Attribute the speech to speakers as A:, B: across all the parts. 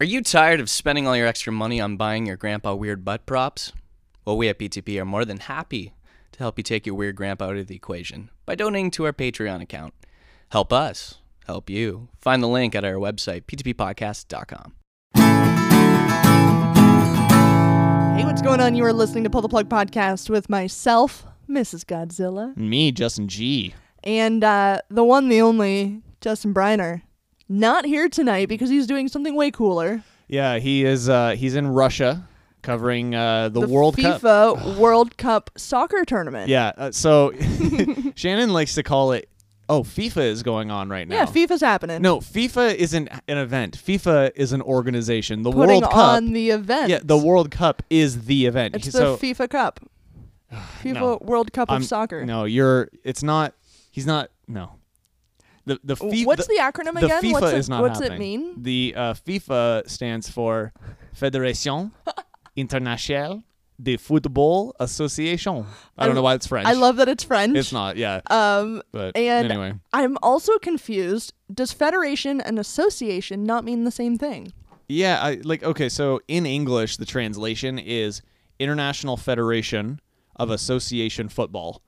A: Are you tired of spending all your extra money on buying your grandpa weird butt props? Well, we at PTP are more than happy to help you take your weird grandpa out of the equation by donating to our Patreon account. Help us, help you. Find the link at our website, ptppodcast.com.
B: Hey, what's going on? You are listening to Pull the Plug podcast with myself, Mrs. Godzilla,
C: Me, Justin G.
B: and uh, the one, the only, Justin Briner. Not here tonight because he's doing something way cooler.
C: Yeah, he is. Uh, he's in Russia covering uh, the, World
B: FIFA
C: Cup.
B: World Cup soccer tournament.
C: Yeah. Uh, so Shannon likes to call it. Oh, FIFA is going on right now.
B: Yeah, FIFA's happening.
C: no, FIFA isn't an event. FIFA is an organization. The
B: putting
C: World Cup.
B: on the event.
C: yeah, the World Cup is the event.
B: It's
C: so
B: the FIFA Cup. FIFA
C: no.
B: World Cup
C: I'm-
B: of soccer.
C: No, you're. It's not. He's not. No. The the FIFA.
B: What's the, acronym
C: the
B: again?
C: FIFA
B: what's it,
C: is not
B: what's it
C: happening.
B: mean?
C: The uh, FIFA stands for Fédération Internationale de Football Association. I, don't know why it's French.
B: I love that it's French.
C: It's not. Yeah.
B: Um,
C: but
B: and
C: anyway,
B: I'm also confused. Does federation and association not mean the same thing?
C: yeah. I, like okay. So in English, the translation is International Federation of Association Football.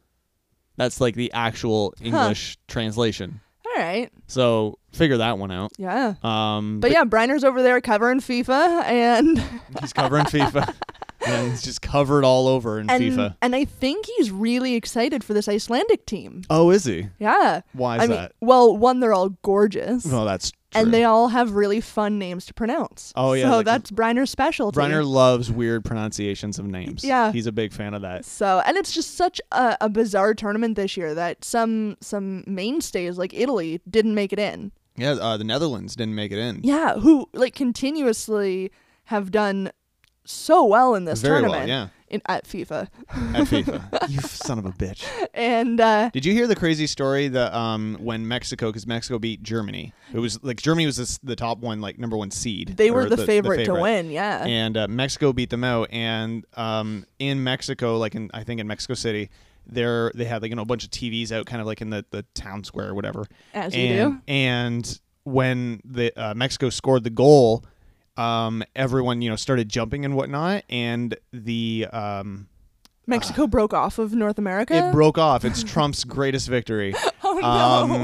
C: That's like the actual English translation.
B: All right.
C: So figure that one out.
B: Yeah.
C: Um,
B: But yeah, Briner's over there covering FIFA and
C: he's covering FIFA. Yeah, he's just covered all over in
B: and,
C: FIFA.
B: and I think he's really excited for this Icelandic team.
C: Oh, is he?
B: Yeah.
C: Why is
B: I mean,
C: that?
B: well, one, they're all gorgeous.
C: Well, Oh, that's true.
B: and they all have really fun names to pronounce.
C: Oh, yeah,
B: So
C: like-
B: that's Briner's specialty.
C: Brenner loves weird pronunciations of names.
B: Yeah.
C: he's a big fan of that.
B: So and it's just such a, a bizarre tournament this year that some some mainstays like Italy didn't make it in.
C: Yeah, uh, the Netherlands didn't make it in.
B: Yeah, who like continuously have done so well in this
C: Very well,
B: tournament.
C: yeah.
B: In, at FIFA,
C: At FIFA, you son of a bitch!
B: and uh,
C: Did you hear the crazy story that um when Mexico because Mexico beat Germany? It was like Germany was this, the top one, like number one seed.
B: they were
C: or
B: the, favorite to win. Yeah.
C: and uh, Mexico beat them out. And um, in Mexico, like in I think in Mexico City, there they had like you know a bunch of TVs out, kind of like in the, the town square or whatever.
B: As you
C: and,
B: do.
C: And when the uh, Mexico scored the goal, um, everyone you know started jumping and whatnot, and the um,
B: Mexico broke off of North America.
C: it broke off. It's Trump's greatest victory.
B: oh no.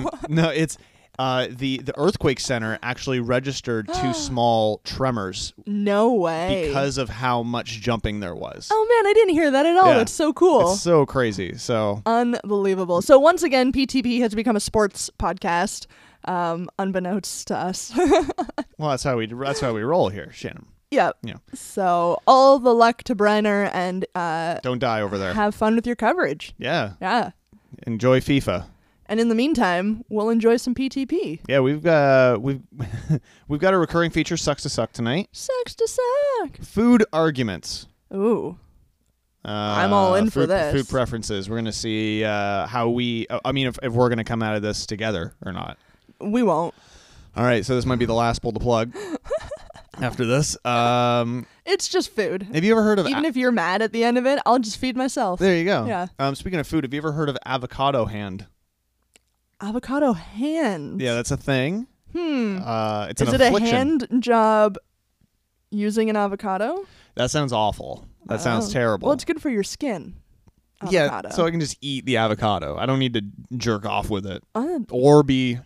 C: Um, no, it's uh, the the earthquake center actually registered two small tremors
B: no way.
C: because of how much jumping there was.
B: Oh man, I didn't hear that at all.
C: Yeah.
B: That's so cool.
C: It's so crazy. So
B: Unbelievable. So once again, PTP has become a sports podcast, um, unbeknownst to us.
C: well, that's how we that's how we roll here, Shannon.
B: yeah.
C: Yeah.
B: So all the luck to Brenner and uh,
C: Don't die over there.
B: have fun with your coverage.
C: Yeah.
B: Yeah.
C: Enjoy FIFA.
B: And in the meantime, we'll enjoy some PTP.
C: Yeah, we've got uh, we've we've got a recurring feature sucks to suck tonight.
B: Sucks to suck.
C: Food arguments.
B: Ooh.
C: Uh,
B: all in
C: food,
B: for this.
C: Food preferences. We're gonna see uh, how we. I mean, if, if we're gonna come out of this together or not.
B: We won't.
C: All right. So this might be the last pull to plug. After this, um,
B: It's just food.
C: have you ever heard of?
B: Even if you're mad at the end of it, I'll just feed myself.
C: there you go.
B: Yeah.
C: Um, speaking of food, have you ever heard of avocado hand?
B: Avocado hands.
C: Yeah, that's a thing.
B: Hmm.
C: Uh, it's
B: Is
C: an
B: it
C: affliction.
B: a hand job using an avocado?
C: That sounds awful. That sounds
B: Oh.
C: terrible.
B: Well, it's good for your skin. Avocado.
C: Yeah, so I can just eat the avocado. I don't need to jerk off with it
B: Uh,
C: or be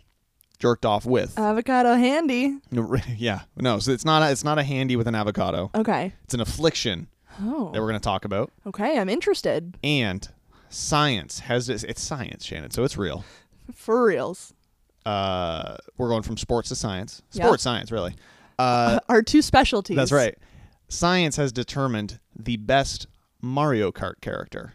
C: jerked off with.
B: avocado handy.
C: No, re- yeah, no. So it's not a, it's not a handy with an avocado.
B: Okay.
C: It's an affliction
B: Oh.
C: that we're going to talk about.
B: Okay, I'm interested.
C: And science has this. It's science, Shannon. So it's real.
B: For reals.
C: Uh, we're going from sports to science.
B: Yeah.
C: Sports science, really. Uh,
B: Our two specialties.
C: that's right. Science has determined the best Mario Kart character.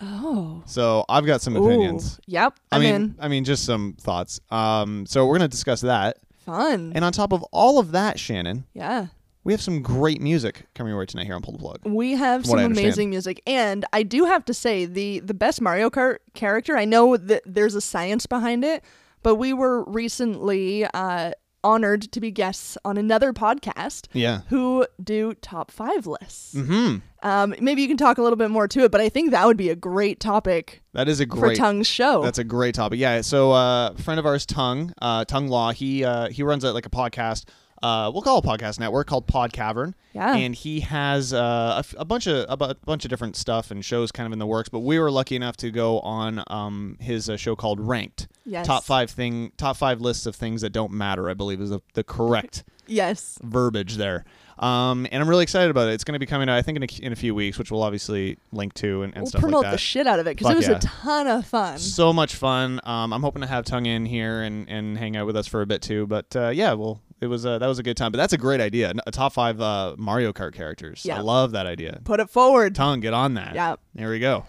B: Oh.
C: So I've got some opinions.
B: Ooh. Yep.
C: I
B: I'm
C: mean,
B: in.
C: I mean, just some thoughts. Um, so we're gonna discuss that,
B: Fun.
C: and on top of all of that, Shannon,
B: yeah.
C: we have some great music coming your way tonight here on Pull the Plug.
B: We have
C: From what
B: some
C: I understand.
B: amazing music, and I do have to say the the best Mario Kart character. I know that there's a science behind it, but we were recently uh, honored to be guests on another podcast
C: Yeah.
B: who do top five lists.
C: Hmm.
B: Um, maybe you can talk a little bit more to it, but I think that would be a great topic
C: That is a
B: for
C: great.
B: Tongue's show.
C: That's a great topic. Yeah. So uh, a friend of ours, Tongue, uh, Tongue Law, he uh, he runs a, like a podcast uh, we'll call a podcast network called Pod Cavern.
B: Yeah.
C: And he has uh, a, f- a bunch of a, bu- bunch of different stuff and shows kind of in the works. But we were lucky enough to go on um, his uh, show called Ranked.
B: Yes.
C: Top five thing, top five lists of things that don't matter. I believe is the, the correct
B: Yes.
C: verbiage there. Um, and I'm really excited about it. It's going to be coming out, I think, in a, in a few weeks, which we'll obviously link to and, and
B: We'll
C: stuff
B: promote
C: like that.
B: the shit out of it because
C: Fuck
B: it was
C: yeah.
B: a ton of fun.
C: so much fun. Um, I'm hoping to have Tongue in here and, and hang out with us for a bit too. But uh, yeah, well, it was uh, that was a good time. But that's a great idea. N- A top five uh, Mario Kart characters. I
B: Yeah.
C: love that idea.
B: Put it forward.
C: Tongue, get on that.
B: Yeah.
C: There we go.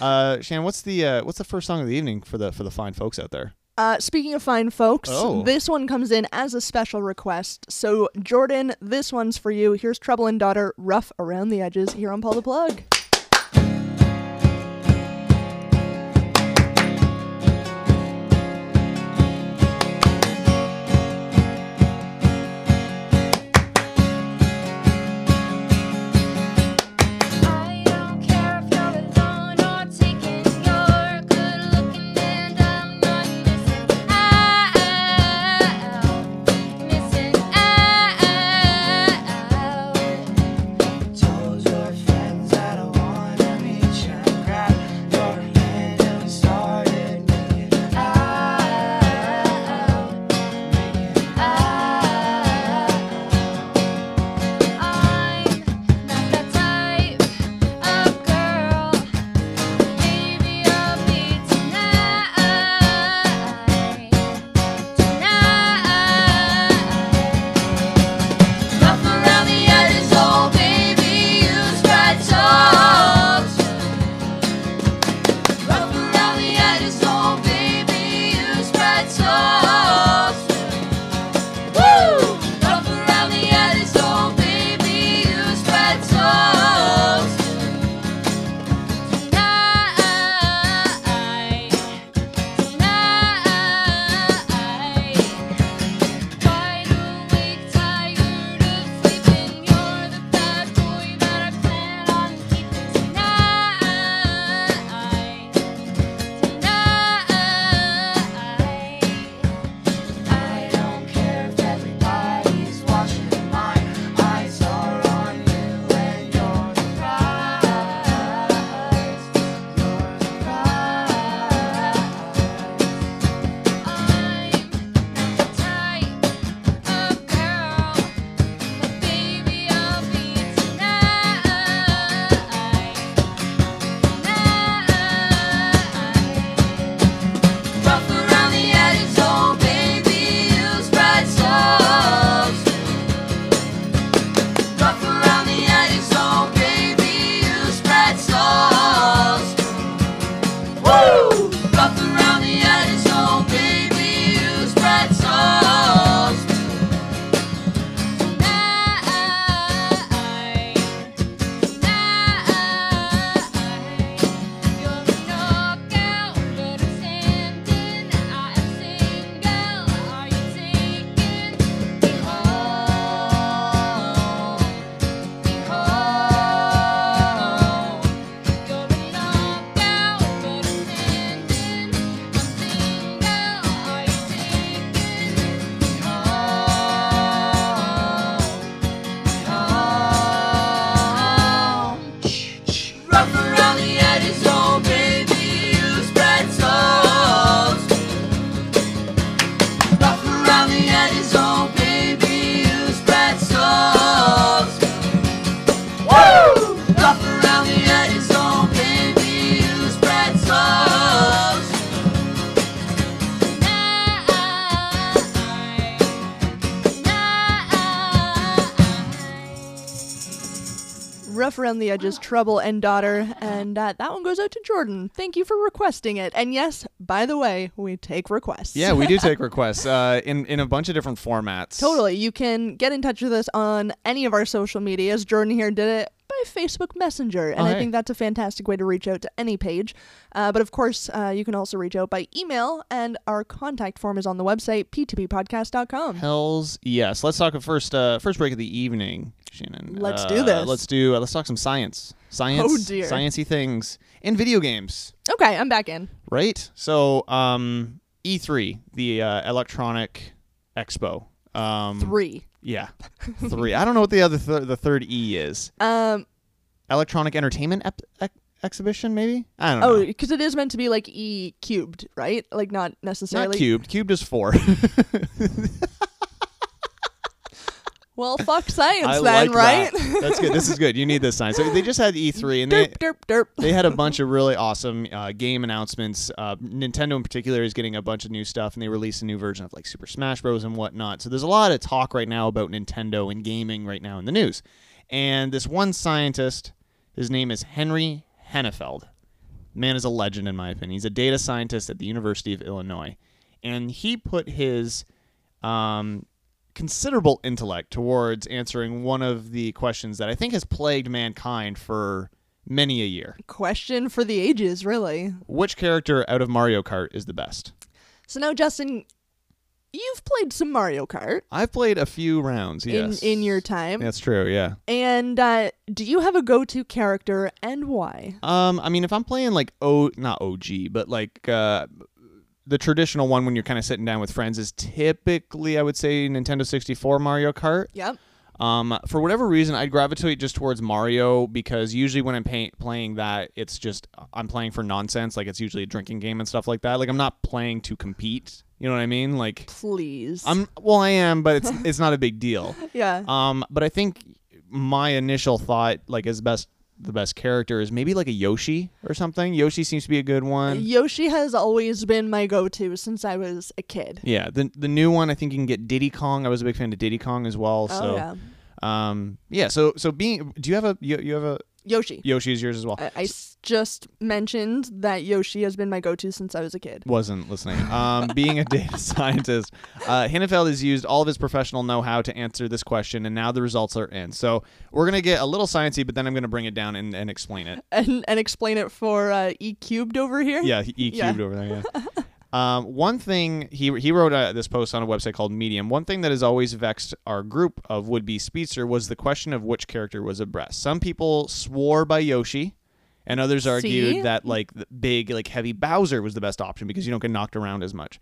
C: uh, Shannon, what's the uh, what's the first song of the evening for the for the fine folks out there?
B: Uh, speaking of fine folks,
C: Oh.
B: this one comes in as a special request. So, Jordan, this one's for you. Here's Trouble and Daughter, Rough Around the Edges, here on Paul the Plug.
D: I don't care if you're alone or taken. You're good looking and I'm not missing out. Missing out.
E: Told your friends I don't wanna meet you. I grabbed your hand and we started making out, making
D: I'm not that type of girl. Maybe I'll be tonight, tonight. Rough around the edges, oh baby, you scratch so Rough around the edges, oh baby, you scratch so Woo! Rough around the edges, oh baby, you spread toast. Tonight, tonight. Wide awake, tired of sleeping. You're the bad boy that I plan on keeping. Tonight, tonight.
E: I don't care if everybody's watching. My eyes are on you and you're the prize. You're the prize.
D: Souls. Woo! Rough around the edges, oh baby, you spread souls. Tonight, tonight, you're the knockout, but I'm standing. I am single. Are you taking me home? Me home. You're the knockout, but I'm standing. I'm single. Are you taking me home? Me home. Rough around the edges, oh baby, you spread toast. Rough around the edges, oh baby, you spread toast. Woo! Rough around the edges, oh baby, you spread toast.
B: Rough Around the Edges, Trouble and Daughter. And uh, that one goes out to Jordan. Thank you for requesting it. And yes, by the way, we take requests.
C: Yeah, we do take requests uh, in in a bunch of different formats.
B: Totally. You can get in touch with us on any of our social medias. Jordan here did it by Facebook Messenger, and
C: Oh,
B: I
C: hey.
B: think that's a fantastic way to reach out to any page. Uh, but of course, uh, you can also reach out by email, and our contact form is on the website, p2ppodcast.com.
C: Hells yes. Let's talk a first uh, first break of the evening, Shannon.
B: Let's
C: Uh,
B: do this.
C: Let's do. Uh, let's talk some science. Science.
B: Oh, dear.
C: Sciency things and video games.
B: Okay, I'm back in.
C: right? So, E um, E3, the uh, Electronic Expo. Um,
B: Three.
C: Yeah, three. I don't know what the other th- the third E is.
B: Um,
C: Electronic Entertainment ep- ex- Exhibition, maybe. I don't
B: oh,
C: know.
B: because it is meant to be like E cubed, right? Like not necessarily.
C: Not cubed. Cubed is four.
B: Well, fuck science
C: I
B: then,
C: like
B: right?
C: that. That's good. This is good. You need this sign. So they just had E3 and they
B: derp, derp, derp.
C: they had a bunch of really awesome uh, game announcements. Uh, Nintendo in particular is getting a bunch of new stuff, and they released a new version of like Super Smash Bros. and whatnot. So there's a lot of talk right now about Nintendo and gaming right now in the news. And this one scientist, his name is Henry Hennefeld. Man is a legend in my opinion. He's a data scientist at the University of Illinois, and he put his um, considerable intellect towards answering one of the questions that I think has plagued mankind for many a year
B: Question for the ages, really.
C: which character out of Mario Kart is the best?
B: So now, Justin, you've played some Mario Kart
C: I've played a few rounds. Yes,
B: in, in your time.
C: That's true. Yeah.
B: And uh, do you have a go to character and why?
C: Um, I mean, if I'm playing like O, not OG, but like uh, the traditional one when you're kind of sitting down with friends is typically, I would say, Nintendo 64 Mario Kart.
B: Yep.
C: Um, for whatever reason, I gravitate just towards Mario because usually when I'm pay- playing that, it's just I'm playing for nonsense. Like it's usually a drinking game and stuff like that. Like I'm not playing to compete. You know what I mean? Like
B: Please.
C: I'm well, I am, but it's it's not a big deal.
B: yeah.
C: Um, but I think my initial thought, like as best the best character, is maybe like a Yoshi or something. Yoshi seems to be a good one.
B: Yoshi has always been my go to since I was a kid.
C: Yeah, the the new one I think you can get Diddy Kong. I was a big fan of Diddy Kong as well.
B: Oh,
C: so,
B: yeah.
C: um, yeah. So so being, do you have a you, you have a
B: Yoshi.
C: Yoshi is yours as well?
B: I, I s- just mentioned that Yoshi has been my go to since I was a kid.
C: wasn't listening. Um, being a data scientist, uh, Hinnefeld has used all of his professional know-how to answer this question, and now the results are in. So we're gonna get a little sciencey, but then I'm gonna bring it down and, and explain it.
B: And, and explain it for uh, E cubed over here.
C: Yeah, he- E
B: Yeah.
C: cubed over there. Yeah. Um, one thing he he wrote uh, this post on a website called Medium. One thing that has always vexed our group of would be speedster was the question of which character was abreast. Some people swore by Yoshi, and others argued
B: See?
C: that like the big like heavy Bowser was the best option because you don't get knocked around as much.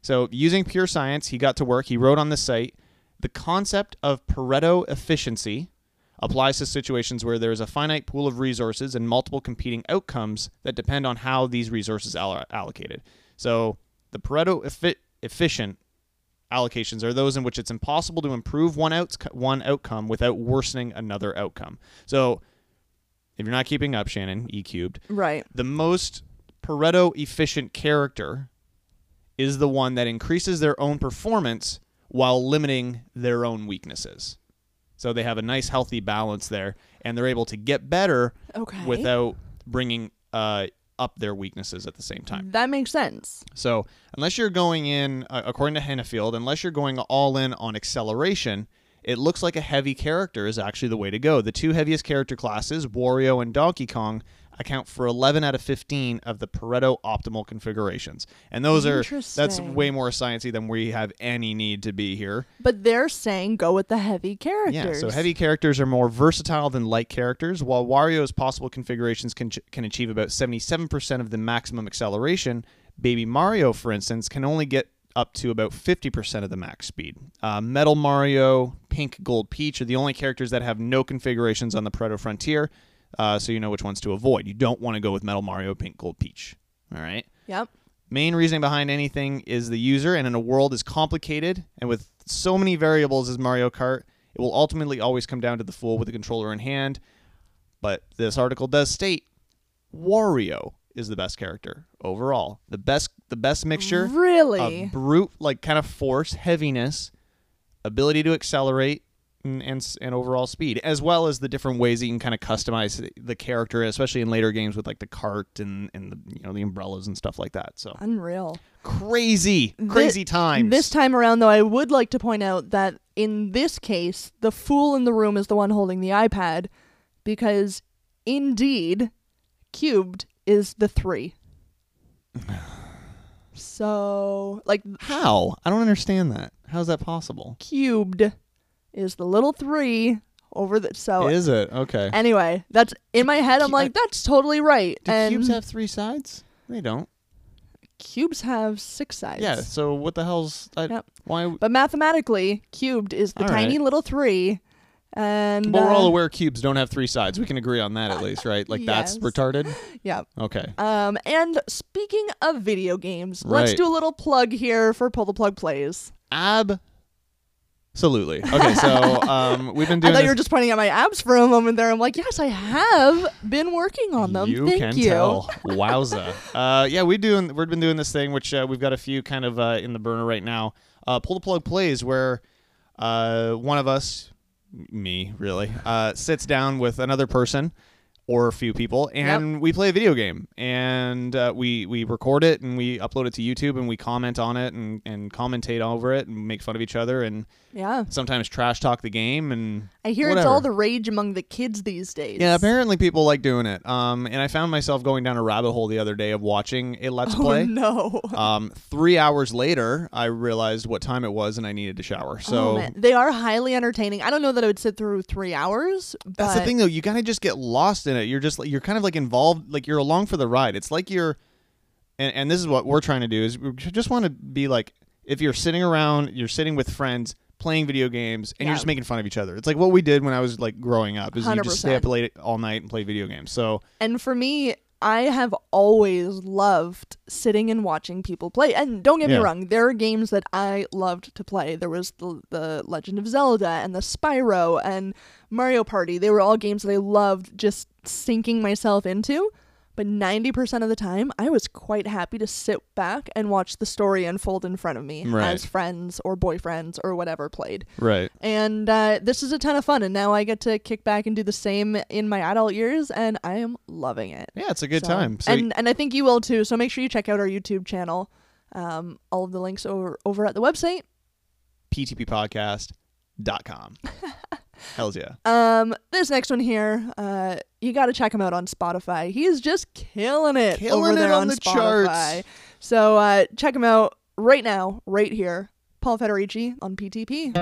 C: So using pure science, he got to work. He wrote on the site the concept of Pareto efficiency applies to situations where there is a finite pool of resources and multiple competing outcomes that depend on how these resources are allocated. So the Pareto effi- efficient allocations are those in which it's impossible to improve one out- one outcome without worsening another outcome. So if you're not keeping up, Shannon, E cubed,
B: Right.
C: the most Pareto efficient character is the one that increases their own performance while limiting their own weaknesses. So they have a nice healthy balance there and they're able to get better
B: Okay.
C: without bringing uh, up their weaknesses at the same time.
B: That makes sense.
C: So, unless you're going in, uh, according to Hennefield, unless you're going all in on acceleration, it looks like a heavy character is actually the way to go. The two heaviest character classes, Wario and Donkey Kong, account for 11 out of 15 of the Pareto optimal configurations. And those are that's
B: Interesting.
C: way more sciencey than we have any need to be here.
B: But they're saying go with the heavy characters.
C: Yeah, so heavy characters are more versatile than light characters, while Wario's possible configurations can, ch- can achieve about 77% of the maximum acceleration. Baby Mario, for instance, can only get up to about 50% of the max speed. Uh, Metal Mario, Pink, Gold Peach are the only characters that have no configurations on the Proto Frontier, uh, so you know which ones to avoid. You don't want to go with Metal Mario, Pink, Gold Peach. All right?
B: Yep.
C: main reasoning behind anything is the user and in a world as complicated and with so many variables as mario kart it will ultimately always come down to the fool with the controller in hand but this article does state wario is the best character overall the best the best mixture
B: Really?
C: of brute like kind of force heaviness ability to accelerate and, and s- and overall speed as well as the different ways that you can kind of customize the character especially in later games with like the cart and and the you know the umbrellas and stuff like that so
B: Uh, Unreal.
C: crazy, crazy times.
B: This time around, though, I would like to point out that in this case, the fool in the room is the one holding the iPad because indeed, cubed is the three. So, like,
C: how? I don't understand that. How is that possible?
B: cubed is the little three over the. So,
C: Is it okay?
B: anyway, that's in my head. I'm
C: cu-
B: like, that's totally right.
C: Do
B: and
C: cubes have three sides? They don't.
B: cubes have six sides.
C: Yeah. So what the hell's I,
B: Yep.
C: why?
B: But mathematically, cubed is the
C: All
B: tiny
C: right.
B: little three. And
C: But we're all
B: uh,
C: aware cubes don't have three sides. We can agree on that at least, right? Like that's
B: Yes.
C: retarded.
B: Yeah.
C: Okay.
B: Um, and speaking of video games, let's
C: Right.
B: do a little plug here for Pull the Plug Plays.
C: Ab. Absolutely. Okay. So um, we've been
B: I
C: doing.
B: thought you were
C: this-
B: just pointing at my abs for a moment there. I'm like, yes, I have been working on them.
C: You
B: Um, Thank
C: can
B: you.
C: tell. Wowza. Uh, yeah, we do. We've been doing this thing, which uh, we've got a few kind of uh, in the burner right now. Uh, pull the plug plays where uh, one of us, m- me really, uh, sits down with another person or a few people, and we play a video game, and uh, we we record it and we upload it to YouTube, and we comment on it and and commentate over it and make fun of each other, and
B: Yeah.
C: sometimes trash talk the game and
B: I hear it's
C: whatever.
B: all the rage among the kids these days.
C: Yeah, apparently people like doing it. Um, and I found myself going down a rabbit hole the other day of watching a let's
B: Oh,
C: play.
B: no.
C: Um, three hours later, I realized what time it was, and I needed to shower. So
B: Oh, man. They are highly entertaining. I don't know that I would sit through three hours. But
C: that's the thing, though. You kind of just get lost in it. You're just like- you're kind of like involved, like you're along for the ride. It's like you're, and, and this is what we're trying to do is we just want to be like if you're sitting around, you're sitting with friends playing video games, and
B: Yeah.
C: you're just making fun of each other. It's like what we did when I was like growing up is you just stay
B: 100%.
C: up late all night and play video games. So
B: And for me, I have always loved sitting and watching people play. And don't get
C: Yeah.
B: me wrong, there are games that I loved to play. There was the, the Legend of Zelda and the Spyro and Mario Party. They were all games that I loved just sinking myself into. But 90% of the time, I was quite happy to sit back and watch the story unfold in front of me
C: Right.
B: as friends or boyfriends or whatever played
C: right.
B: and uh, this is a ton of fun and now i get to kick back and do the same in my adult years and i am loving it
C: Yeah, it's a good
B: So-
C: time. So
B: and and i think you will too so make sure you check out our youtube channel um, all of the links over over at the website
C: ptppodcast.com. Hells yeah.
B: um this next one here uh you gotta check him out on spotify he is just killing it
C: Killing
B: over
C: it
B: there
C: on
B: on,
C: the charts.
B: spotify so uh check him out right now right here paul federici on ptp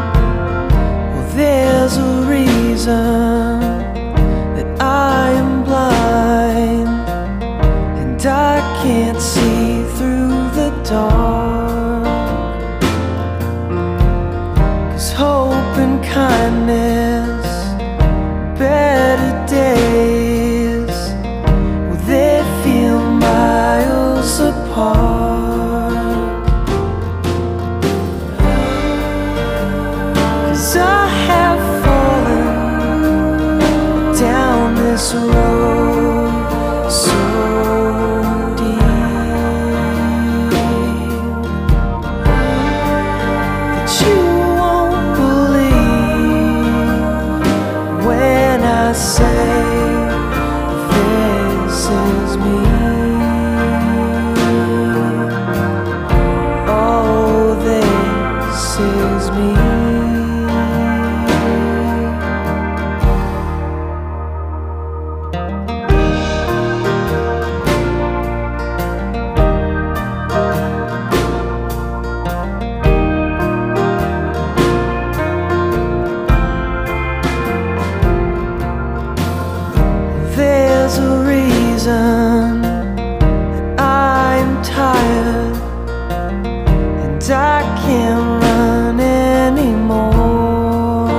E: Well, there's a reason that I am blind and I can't see through the dark. Cause hope and kindness, better days, well, they feel miles apart. Cause I have fallen down this road so deep that you won't believe when I say this is me. Oh, this is me. There's a reason that I'm tired and I can't run anymore.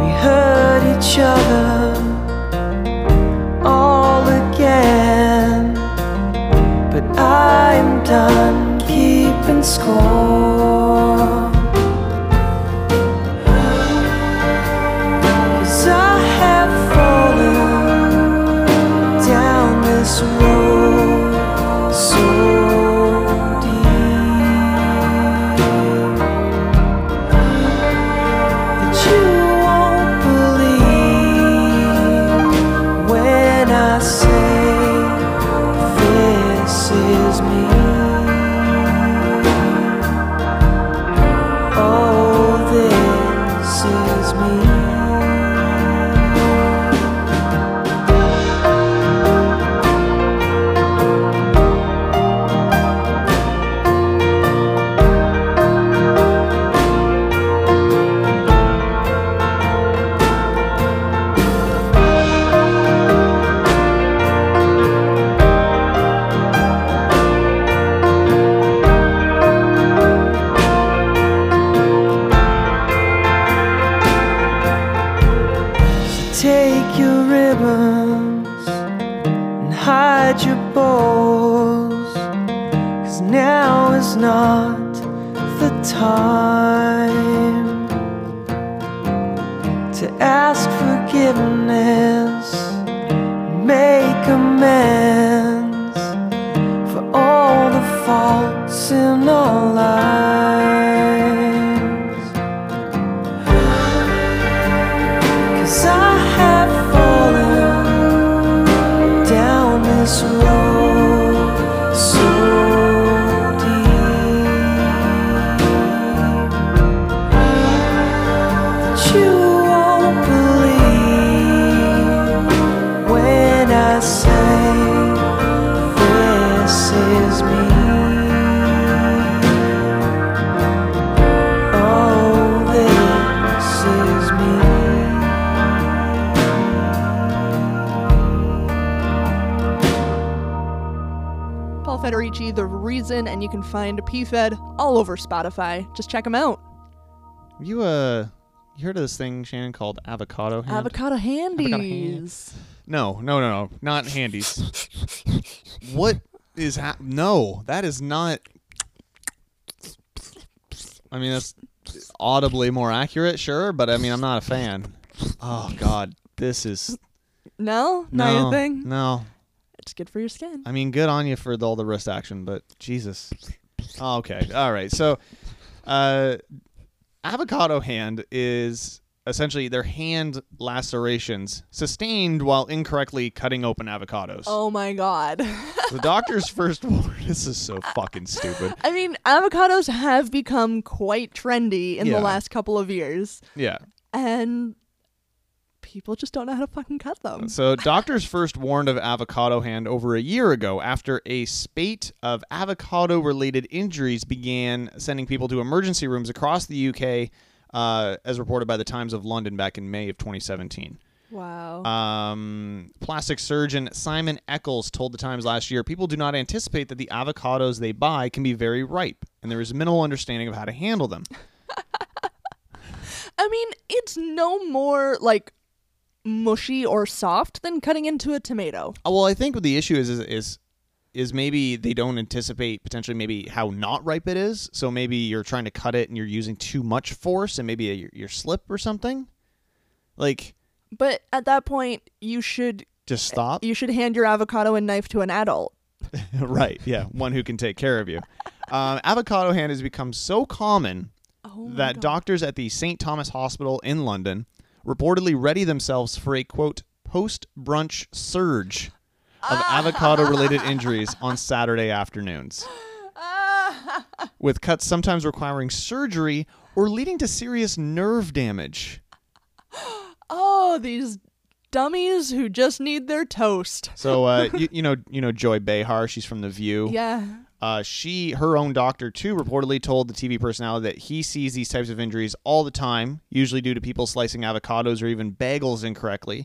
E: We hurt each other all again, but I am done keeping score. 'Cause I have fallen down this road so deep that you won't believe when I say this is me. Oh, this is me. hide your balls. Cause now is not the time to ask forgiveness, make amends for all the faults in our lives. Cause I have fallen down this road so deep that you won't believe when I say this is me. Oh, this is me.
B: Paul Federici, The Reason, and you can find PFED all over Spotify. Just check them out.
C: Have you uh, you heard of this thing, Shannon, called avocado hand?
B: Avocado handies.
C: no, no, no, no, not handies. what is hap- no? That is not. I mean, that's audibly more accurate, sure, but I mean, I'm not a fan. Oh God, this is
B: No?
C: no,
B: Not your thing?
C: no.
B: It's good for your skin.
C: I mean, good on you for the- all the wrist action, but Jesus. Okay. All right. So, uh, avocado hand is essentially their hand lacerations sustained while incorrectly cutting open avocados.
B: Oh my god.
C: The doctor's first warning. This is so fucking stupid.
B: I mean, avocados have become quite trendy in
C: Yeah.
B: the last couple of years,
C: Yeah.
B: and people just don't know how to fucking cut them.
C: So, doctors first warned of avocado hand over a year ago after a spate of avocado related injuries began sending people to emergency rooms across the UK, uh, as reported by the Times of London back in May of 2017.
D: Oh.
B: Wow.
C: Um, plastic surgeon Simon Eccles told the Times last year people do not anticipate that the avocados they buy can be very ripe, and there is minimal understanding of how to handle them.
B: I mean, it's no more like mushy or soft than cutting into a tomato.
C: Uh, Well, I think what the issue is is is is maybe they don't anticipate potentially maybe how not ripe it is. So maybe you're trying to cut it and you're using too much force and maybe your your slip or something. Like
B: But at that point, you should
C: just stop.
B: you should hand your avocado and knife to an adult.
C: right. Yeah, one who can take care of you. Um, avocado hand has become so common
B: Oh my
C: that
B: God.
C: doctors at the St. Thomas Hospital in London reportedly ready themselves for a quote post brunch surge of
B: Ah.
C: avocado related injuries on Saturday afternoons. With cuts sometimes requiring surgery or leading to serious nerve damage.
B: Oh, these dummies who just need their toast.
C: So uh, you, you know you know Joy Behar, she's from The View.
B: Yeah.
C: Uh, she, her own doctor too, reportedly told the TV personality that he sees these types of injuries all the time, usually due to people slicing avocados or even bagels incorrectly.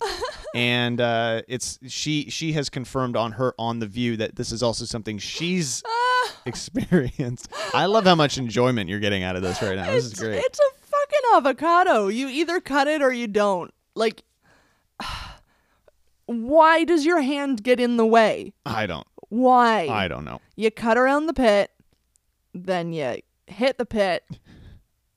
C: and uh, it's she she has confirmed on her on the View that this is also something she's experienced. I love how much enjoyment you're getting out of this right now. This is
B: It's-
C: great.
B: It's a fucking avocado. You either cut it or you don't. Like why does your hand get in the way?
C: I don't
B: Why?
C: I don't know.
B: you cut around the pit, then you hit the pit.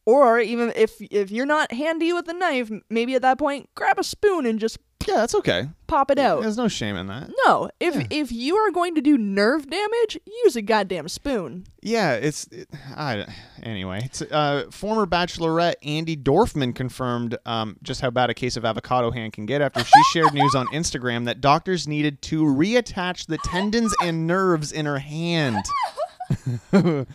B: Or even if if you're not handy with a knife, m- maybe at that point grab a spoon and just
C: Yeah, that's okay.
B: pop it out.
C: There's no shame in that.
B: No, if if you are going to do nerve damage, use a goddamn spoon.
C: Yeah, it's it, I, anyway. It's uh, former Bachelorette Andy Dorfman confirmed um, just how bad a case of avocado hand can get after she shared news on Instagram that doctors needed to reattach the tendons and nerves in her hand.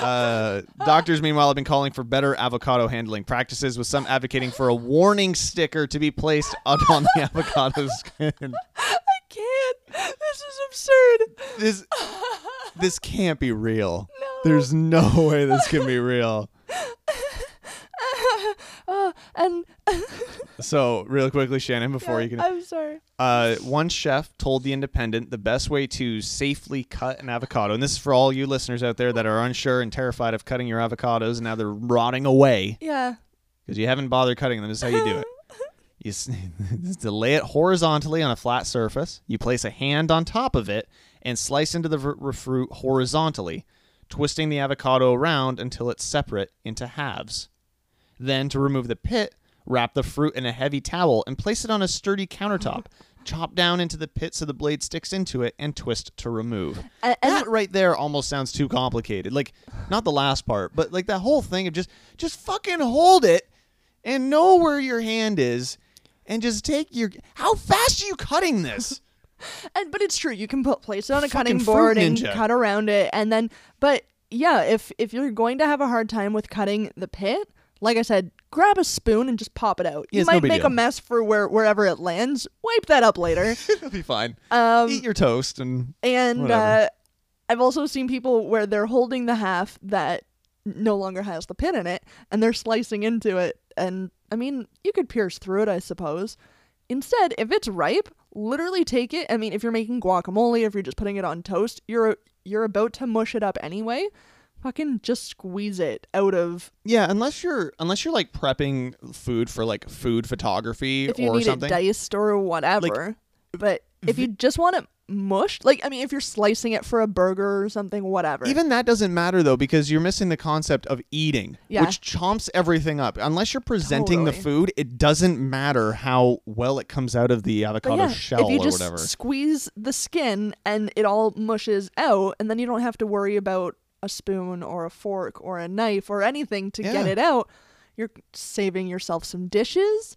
C: Uh, doctors, meanwhile, have been calling for better avocado handling practices, with some advocating for a warning sticker to be placed up on the avocado skin.
B: Can't. This is absurd.
C: this this can't be real. There's no way this can be real.
F: Uh,
B: And
C: So, real quickly, Shannon, before you can,
B: I'm sorry.
C: uh, one chef told the Independent the best way to safely cut an avocado, and this is for all you listeners out there that are unsure and terrified of cutting your avocados, and now they're rotting away
B: Yeah.
C: because you haven't bothered cutting them. This is how you do it. You s- to lay it horizontally on a flat surface. You place a hand on top of it and slice into the ver- ver- fruit horizontally, twisting the avocado around until it's separate into halves. Then, to remove the pit, wrap the fruit in a heavy towel and place it on a sturdy countertop. Chop down into the pit so the blade sticks into it and twist to remove.
B: A- and-
C: that right there almost sounds too complicated. Like, not the last part, but like that whole thing of just just fucking hold it and know where your hand is and just take your how fast are you cutting this
B: And, but it's true. You can put place it on a
C: Fucking
B: cutting board
C: fruit
B: and
C: ninja.
B: cut around it, and then. But yeah, if if you're going to have a hard time with cutting the pit, like I said, grab a spoon and just pop it out.
C: Yeah,
B: You
C: it's no
B: might
C: big
B: make
C: deal.
B: a mess for where wherever it lands. Wipe that up later.
C: it'll be fine
B: Um,
C: eat your toast and
B: and
C: Whatever.
B: uh, I've also seen people where they're holding the half that no longer has the pin in it, and they're slicing into it. And I mean, you could pierce through it, I suppose. Instead, if it's ripe, literally take it. I mean, if you're making guacamole, if you're just putting it on toast, you're you're about to mush it up anyway. Fucking just squeeze it out of
C: yeah unless you're unless you're like prepping food for like food photography
B: if you
C: or
B: need
C: something
B: it diced or whatever. but if you just want it mushed, like I mean, if you're slicing it for a burger or something, whatever.
C: even that doesn't matter though because you're missing the concept of eating
B: Yeah.
C: which chomps everything up unless you're presenting the
B: Totally.
C: food it doesn't matter how well it comes out of the
B: But
C: avocado
B: yeah,
C: shell
B: if you
C: or
B: just
C: whatever
B: squeeze the skin and it all mushes out, and then you don't have to worry about a spoon or a fork or a knife or anything to get
C: Yeah.
B: it out. You're saving yourself some dishes,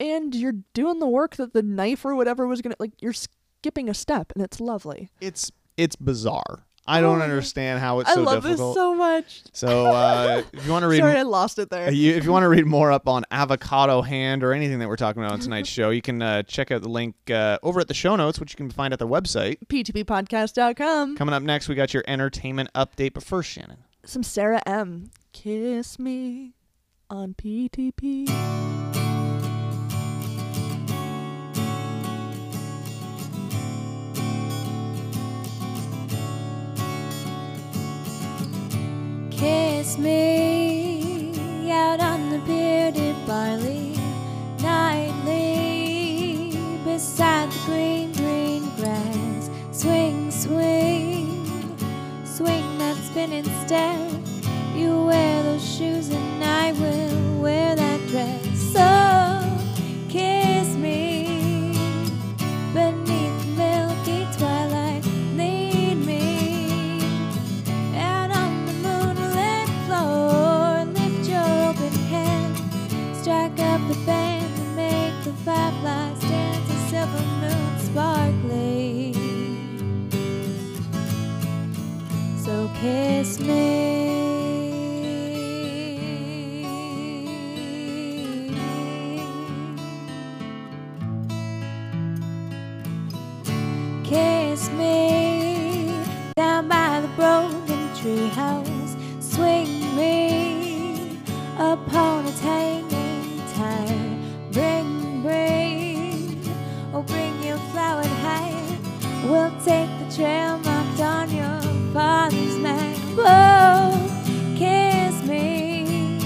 B: and you're doing the work that the knife or whatever was gonna like. You're skipping a step, and it's lovely.
C: it's it's bizarre i don't understand how it's
B: Oh I
C: so
B: love
C: difficult
B: this so much.
C: so uh, if you want to read
B: Sorry, I lost it there.
C: Uh, you, if you want to read more up on avocado hand or anything that we're talking about on tonight's show, you can uh, check out the link uh, over at the show notes, which you can find at their website.
B: P2Ppodcast.com.
C: Coming up next, we got your entertainment update. But first, Shannon.
B: Some Sarah M. Kiss me on PTP.
G: Kiss me out on the bearded barley nightly beside the green, green grass. Swing, swing, swing that spinning step. You wear those shoes and I will wear that dress. So kiss me beneath the milky twilight. Lead me out on the moonlit floor, lift your open hand, strike up the band and make the fireflies dance, a silver moon sparkling. So kiss me. Kiss me down by the broken tree house. Swing me upon its hanging tire. Bring, bring, oh, bring your flowered hat. We'll take the trail marked on your father's map. Whoa, kiss me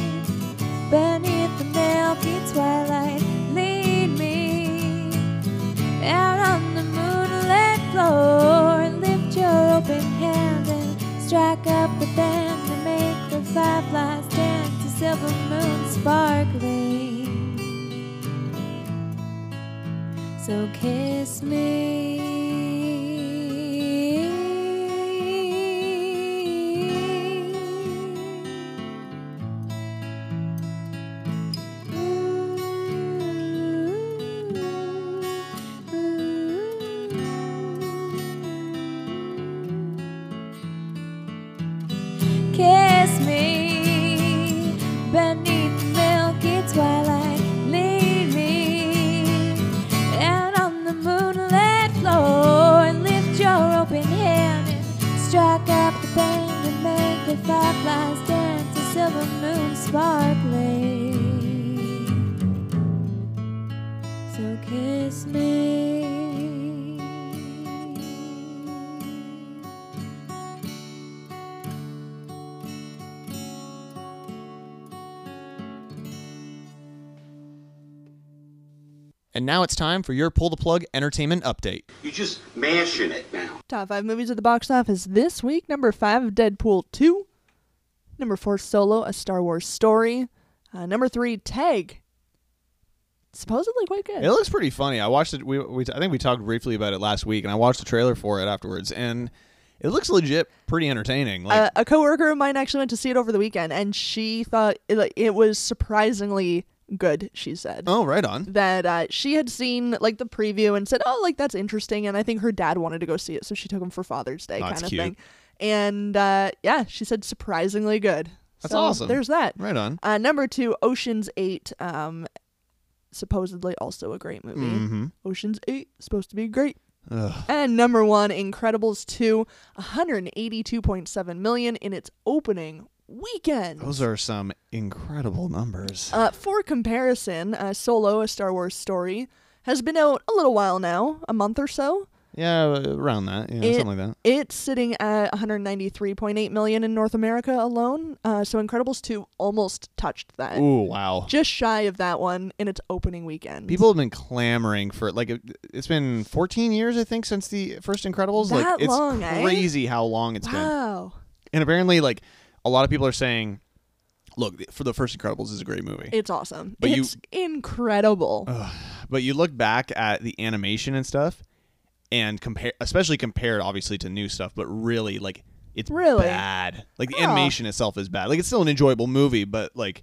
G: beneath the milky twilight. Lead me out on the moonlit floor. Lift your open hand and strike up the band to make the fireflies dance. The silver moon sparkling. So kiss me. Kiss me beneath the milky twilight. Lead me out on the moonlit floor. Lift your open hand and strike up the band and make the fireflies dance. A silver moon sparkling. So kiss me.
C: And now it's time for your pull the plug entertainment update.
H: You just mashing it now.
B: Top five movies at the box office this week. Number five, Deadpool 2. Number four, Solo, a Star Wars story. Uh, number three, Tag. Supposedly quite good.
C: It looks pretty funny. I watched it. We, we I think we talked briefly about it last week, and I watched the trailer for it afterwards, and it looks legit, pretty entertaining. Like
B: Uh, a, a coworker of mine actually went to see it over the weekend, and she thought it, like, it was surprisingly good. She said
C: oh, right on.
B: that uh, she had seen like the preview and said, "Oh, like that's interesting." And I think her dad wanted to go see it, so she took him for Father's Day,
C: Oh, That's
B: kind of
C: cute.
B: thing. And uh, yeah, she said surprisingly good.
C: That's
B: So
C: awesome.
B: There's that.
C: Right on.
B: Uh, number two, Ocean's Eight. Um, supposedly also a great movie. Ocean's Eight supposed to be great.
C: Mm-hmm. Ugh.
B: And number one, Incredibles two, 182.7 million in its opening weekend.
C: Those are some incredible numbers.
B: Uh, for comparison, uh, Solo, a Star Wars story, has been out a little while now, a month or so.
C: yeah, around that. Yeah,
B: it-
C: something like that.
B: It's sitting at 193.8 million in North America alone. Uh, so Incredibles 2 almost touched that.
C: Ooh, wow.
B: Just shy of that one in its opening weekend.
C: People have been clamoring for it. Like it, it's been 14 years, I think, since the first Incredibles. like
B: That
C: it's
B: long, eh?
C: crazy how long it's been.
B: wow.
C: And apparently, like a lot of people are saying, "Look, th- for the first Incredibles is a great movie."
B: It's awesome.
C: But you- Oh,
B: it's incredible.
C: but you look back at the animation and stuff, and compare, especially compared, obviously, to new stuff. But really, like it's
B: Really?
C: bad. Like the
B: Huh.
C: animation itself is bad. Like it's still an enjoyable movie, but like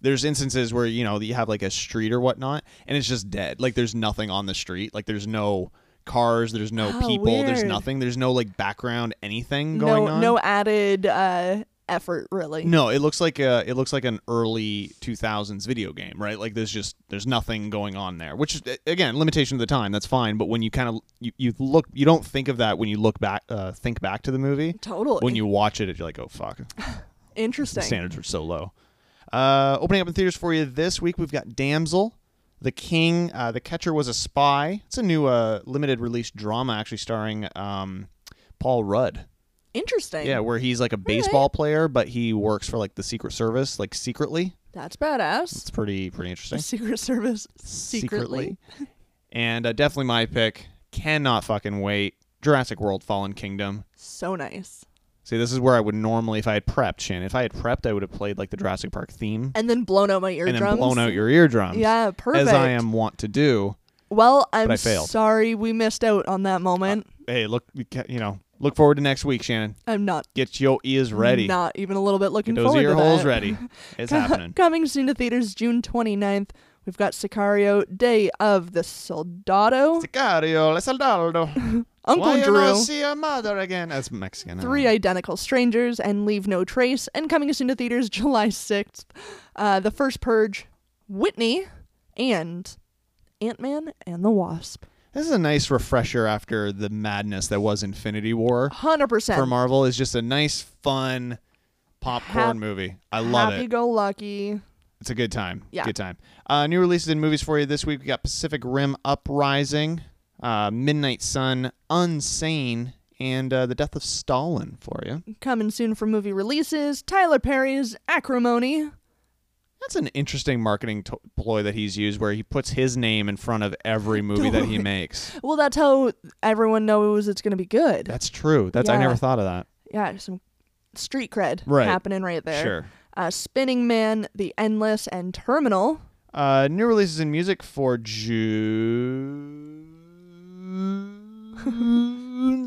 C: there's instances where you know you have like a street or whatnot, and it's just dead. Like there's nothing on the street. Like there's no cars. There's no
B: Oh,
C: people. There's
B: weird.
C: nothing. There's no like background anything going
B: no,
C: on.
B: no added uh, effort, really.
C: No, it looks like a, it looks like an early 2000s video game, right? Like there's just there's nothing going on there, which is a- again limitation of the time. That's fine, but when you kind of you, you look you don't think of that when you look back uh, think back to the movie.
B: Totally.
C: When you watch it, you're like, oh fuck, the
B: Interesting.
C: standards are so low. Uh, opening up in theaters for you this week, we've got Damsel, The King, uh, The Catcher Was a Spy. It's a new uh, limited release drama actually starring um, Paul Rudd.
B: Interesting.
C: Yeah, where he's like a baseball player, but he works for like the Secret Service, like secretly.
B: That's badass.
C: It's pretty pretty interesting.
B: Secret Service secretly.
C: Secretly. and uh, definitely my pick. Cannot fucking wait. Jurassic World: Fallen Kingdom.
B: So nice.
C: See, this is where I would normally, if I had prepped, Shannon, if I had prepped, I would have played like the Jurassic Park theme
B: And then blown out my
C: and
B: eardrums.
C: then blown out your eardrums.
B: Yeah,
C: As
B: perfect.
C: I am wont to do.
B: Well, I'm
C: I failed.
B: sorry we missed out on that moment.
C: Hey, look, you ca- you know, look forward to next week, Shannon.
B: I'm not
C: Get your ears ready.
B: Not even a little bit looking
C: Get those
B: forward
C: ear
B: to
C: holes
B: that.
C: ready. It's
B: Co-
C: happening.
B: Coming soon to theaters June 29th. We've got Sicario, Day of the Soldado,
C: Sicario, Soldado.
B: Uncle
C: Why you
B: Drew,
C: not see your mother again? That's Mexican. I don't
B: Three
C: know.
B: Identical Strangers, and Leave No Trace. And coming soon to theaters July 6th, uh, The First Purge, Whitney, and Ant Man and the Wasp.
C: This is a nice refresher after the madness that was Infinity War
B: 100%.
C: for Marvel. Is just a nice, fun popcorn
B: Hap-
C: movie. I love
B: Happy
C: it.
B: go lucky.
C: It's a good time.
B: Yeah.
C: Good time. Uh, new releases in movies for you this week. We got Pacific Rim Uprising, uh, Midnight Sun, Unsane, and uh, The Death of Stalin for you.
B: Coming soon for movie releases Tyler Perry's Acrimony.
C: That's an interesting marketing to- ploy that he's used where he puts his name in front of every movie that he makes.
B: Well, that's how everyone knows it's going to be good.
C: That's true. That's I
B: Yeah.
C: never thought of that.
B: yeah, some street cred
C: Right.
B: happening right there.
C: Sure.
B: Uh, Spinning Man, The Endless, and Terminal.
C: Uh, new releases in music for June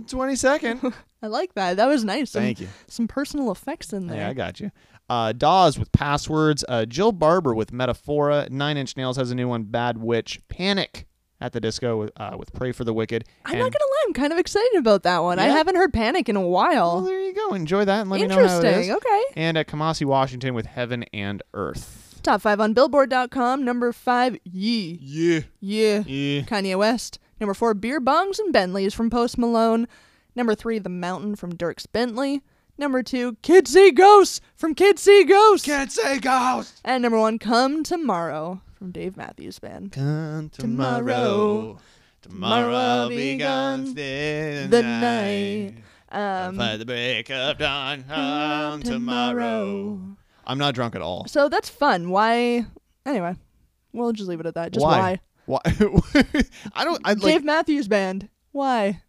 C: twenty second.
B: I like that. That was nice. Some,
C: Mm, Thank you.
B: Some personal effects in there.
C: yeah, I got you. Uh, Dawes with passwords. Uh, Jill Barber with Metaphora. Nine Inch Nails has a new one. Bad Witch. Panic at the Disco with, uh, with Pray for the Wicked.
B: I'm
C: and
B: not gonna lie. I'm kind of excited about that one. I
C: Yeah?
B: haven't heard Panic in a
C: Well,
B: while.
C: there you go. Enjoy that and let me know how it
B: Interesting.
C: is.
B: okay.
C: And at Kamasi Washington with Heaven and Earth.
B: Top five on Billboard.com. Number five, Yee.
C: Yeah.
B: Yeah.
C: Yeah.
B: Kanye West. Number four, Beer Bongs and Bentleys from Post Malone. Number three, The Mountain from Dirks Bentley. Number two, Kids See Ghosts from Kids See Ghosts.
C: Can't say ghost.
B: And number one, Come Tomorrow from Dave Matthews Band.
C: Come
B: Tomorrow.
C: tomorrow. Tomorrow
B: begins
C: begins the,
B: The
C: night.
B: night. Um,
C: By the break of dawn, come tomorrow. I'm not drunk at all.
B: So that's fun. Why? Anyway, we'll just leave it at that. Just
C: Why?
B: why?
C: Why? I don't. I like.
B: Dave Matthews Band. Why?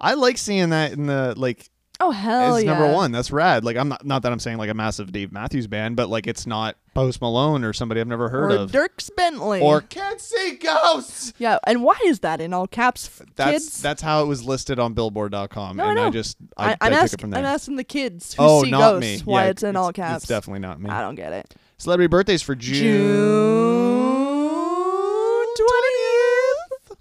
C: I like seeing that in the like
B: Oh hell
C: as
B: yeah!
C: number one. That's rad. Like I'm not not that I'm saying like a massive Dave Matthews band, but like it's not Post Malone or somebody I've never heard
B: or
C: of.
B: Dirks Bentley.
C: Or can't see ghosts.
B: yeah, and why is that in all caps,
C: That's
B: kids?
C: that's how it was listed on Billboard.com,
B: No, I
C: and I
B: know.
C: just I, I,
B: am
C: took
B: asking.
C: it from there.
B: I'm asking the kids who
C: oh,
B: see
C: not
B: ghosts
C: me.
B: why
C: Yeah,
B: it's in all caps.
C: It's definitely not me.
B: I don't get it.
C: Celebrity birthdays for June.
B: June twentieth.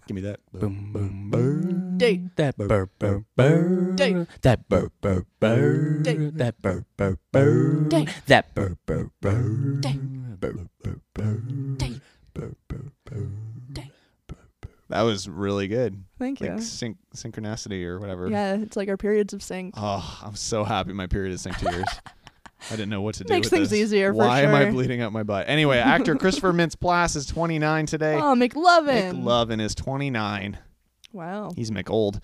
C: Give me that.
A: Boom, boom, burr.
B: Day.
A: That burr, burr, burr.
B: Day.
A: That burr, burr, burr.
B: Day.
A: That burr, burr, burr.
B: Day.
A: That burr, burr, burr.
B: Day.
A: Burr, burr, burr.
B: Day.
A: Burr, burr, burr.
C: That was really good.
B: Thank
C: Like
B: you.
C: sync synchronicity or whatever.
B: Yeah, it's like our periods of sync.
C: Oh, I'm so happy my period is synced to yours. I didn't know what to do.
B: Makes
C: with
B: things
C: this.
B: easier for
C: Why am I
B: sure.
C: bleeding up my butt? Anyway, actor Christopher Mintz Plasse is 29 today.
B: Oh, McLovin.
C: McLovin is 29.
B: Wow.
C: He's McOld.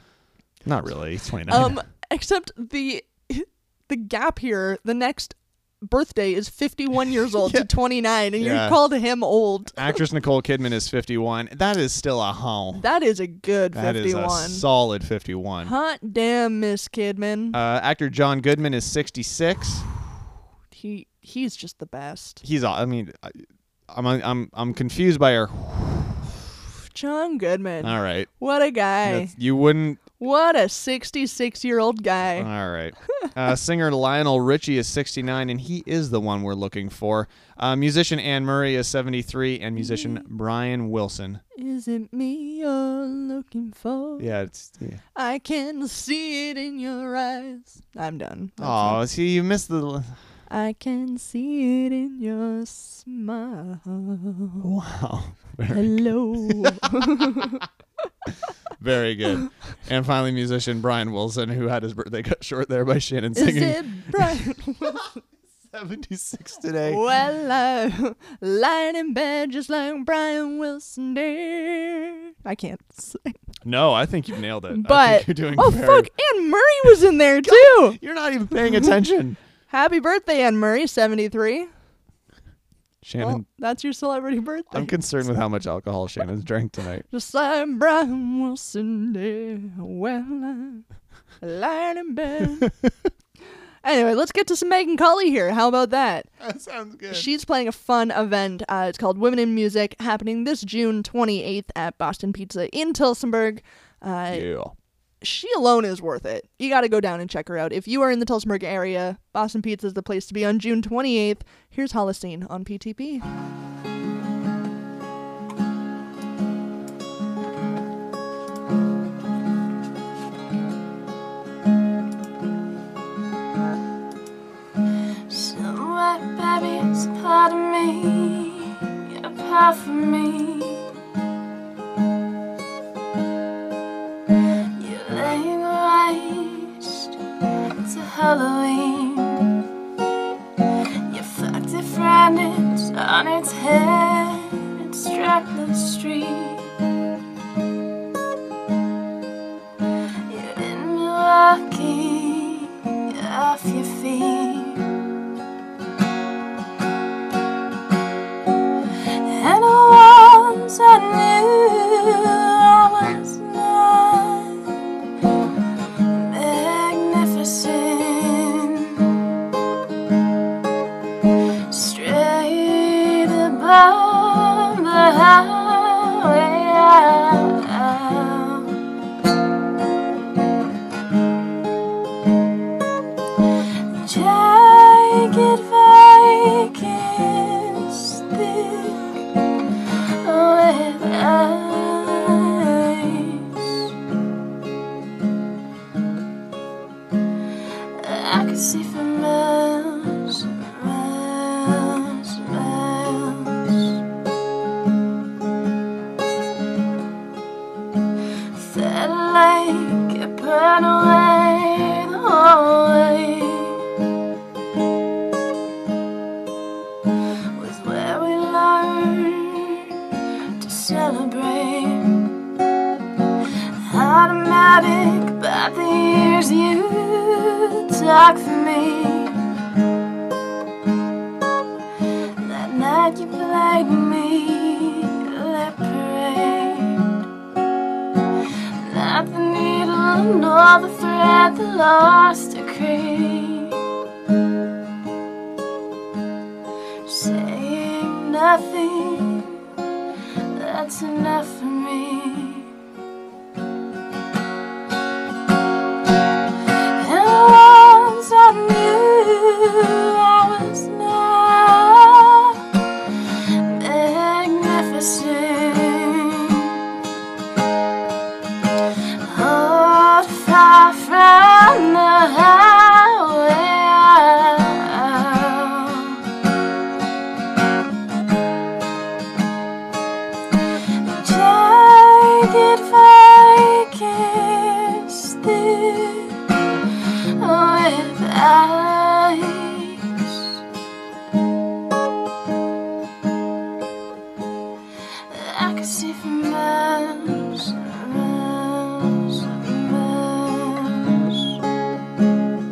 C: Not really. He's 29.
B: Oh. Um, except the the gap here. The next birthday is 51 years old
C: Yeah.
B: to 29, and
C: Yeah.
B: you called him old.
C: Actress Nicole Kidman is 51. That is still a home.
B: That is a good
C: That is
B: 51.
C: a solid 51.
B: Hot damn, Miss Kidman.
C: Uh, actor John Goodman is 66.
B: he he's just the best.
C: He's. aw- I mean, I- I'm. I'm. I'm confused by her.
B: John Goodman.
C: All right.
B: What a guy.
C: That's- you wouldn't.
B: What a 66 year old guy.
C: All right. Uh, singer Lionel Richie is 69, and he is the one we're looking for. Uh, musician Anne Murray is 73, and musician
B: Mm-hmm.
C: Brian Wilson.
B: is it me you're looking for?
C: Yeah. It's. Yeah.
B: I can see it in your eyes. I'm done. That's it.
C: Oh, see, you missed the.
B: I can see it in your smile.
C: Wow.
B: Hello.
C: Very good. and finally, musician Brian Wilson, who had his birthday cut short there by Shannon
B: is
C: singing
B: it bright?
C: 76 today.
B: well, I'm lying in bed just like Brian Wilson did. I can't sing.
C: No, I think you nailed it. I
B: But
C: think you're doing
B: oh
C: very-
B: fuck, Anne Murray was in there too.
C: You're not even paying attention.
B: Happy birthday, Anne Murray, seventy three.
C: Shannon,
B: Well, that's your celebrity birthday.
C: I'm concerned with how much alcohol Shannon's drank tonight.
B: Just like Brian Wilson did. Well, I lying in bed. anyway, let's get to some Megan Colley here. How about that?
C: That sounds good.
B: She's playing a fun event. Uh, it's called Women in Music, happening this June 28th at Boston Pizza in Tilsonburg. Uh,
C: yeah.
B: She alone is worth it. You got to go down and check her out. If you are in the Tulsamburg area, Boston Pizza is the place to be on June 28th. Here's Holocene on PTP.
F: Somewhere, baby, it's a part of me, you're a part for me. You're laying waste to Halloween. You fucked a friend, it's on its head, it struck the street. You're in Milwaukee, you're off your feet. And once I knew I was not magnificent, straight above the highway. Jagged Vikings thick with eyes. I could see for miles, miles, miles. Felt like a burn away the whole way. was where we learned to celebrate. Automatic, but the years you took for me. That night you played me, lip for the thread that lost a cream. Saying nothing, that's enough for me. And once I knew I was not magnificent. Oh, far from the highway. Jagged Vikings thick with eyes I could see for miles and miles and miles.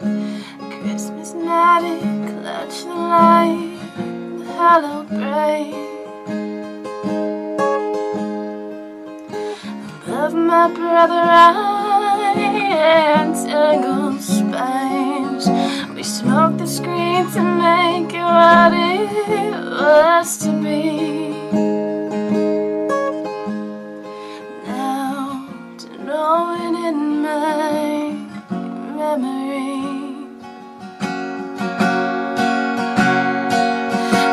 F: Christmas night, it clutched the light, the hollow brain. Love my brother I and tangled spines. We smoked the screen to make it what it was to be. Now to know it in my memory.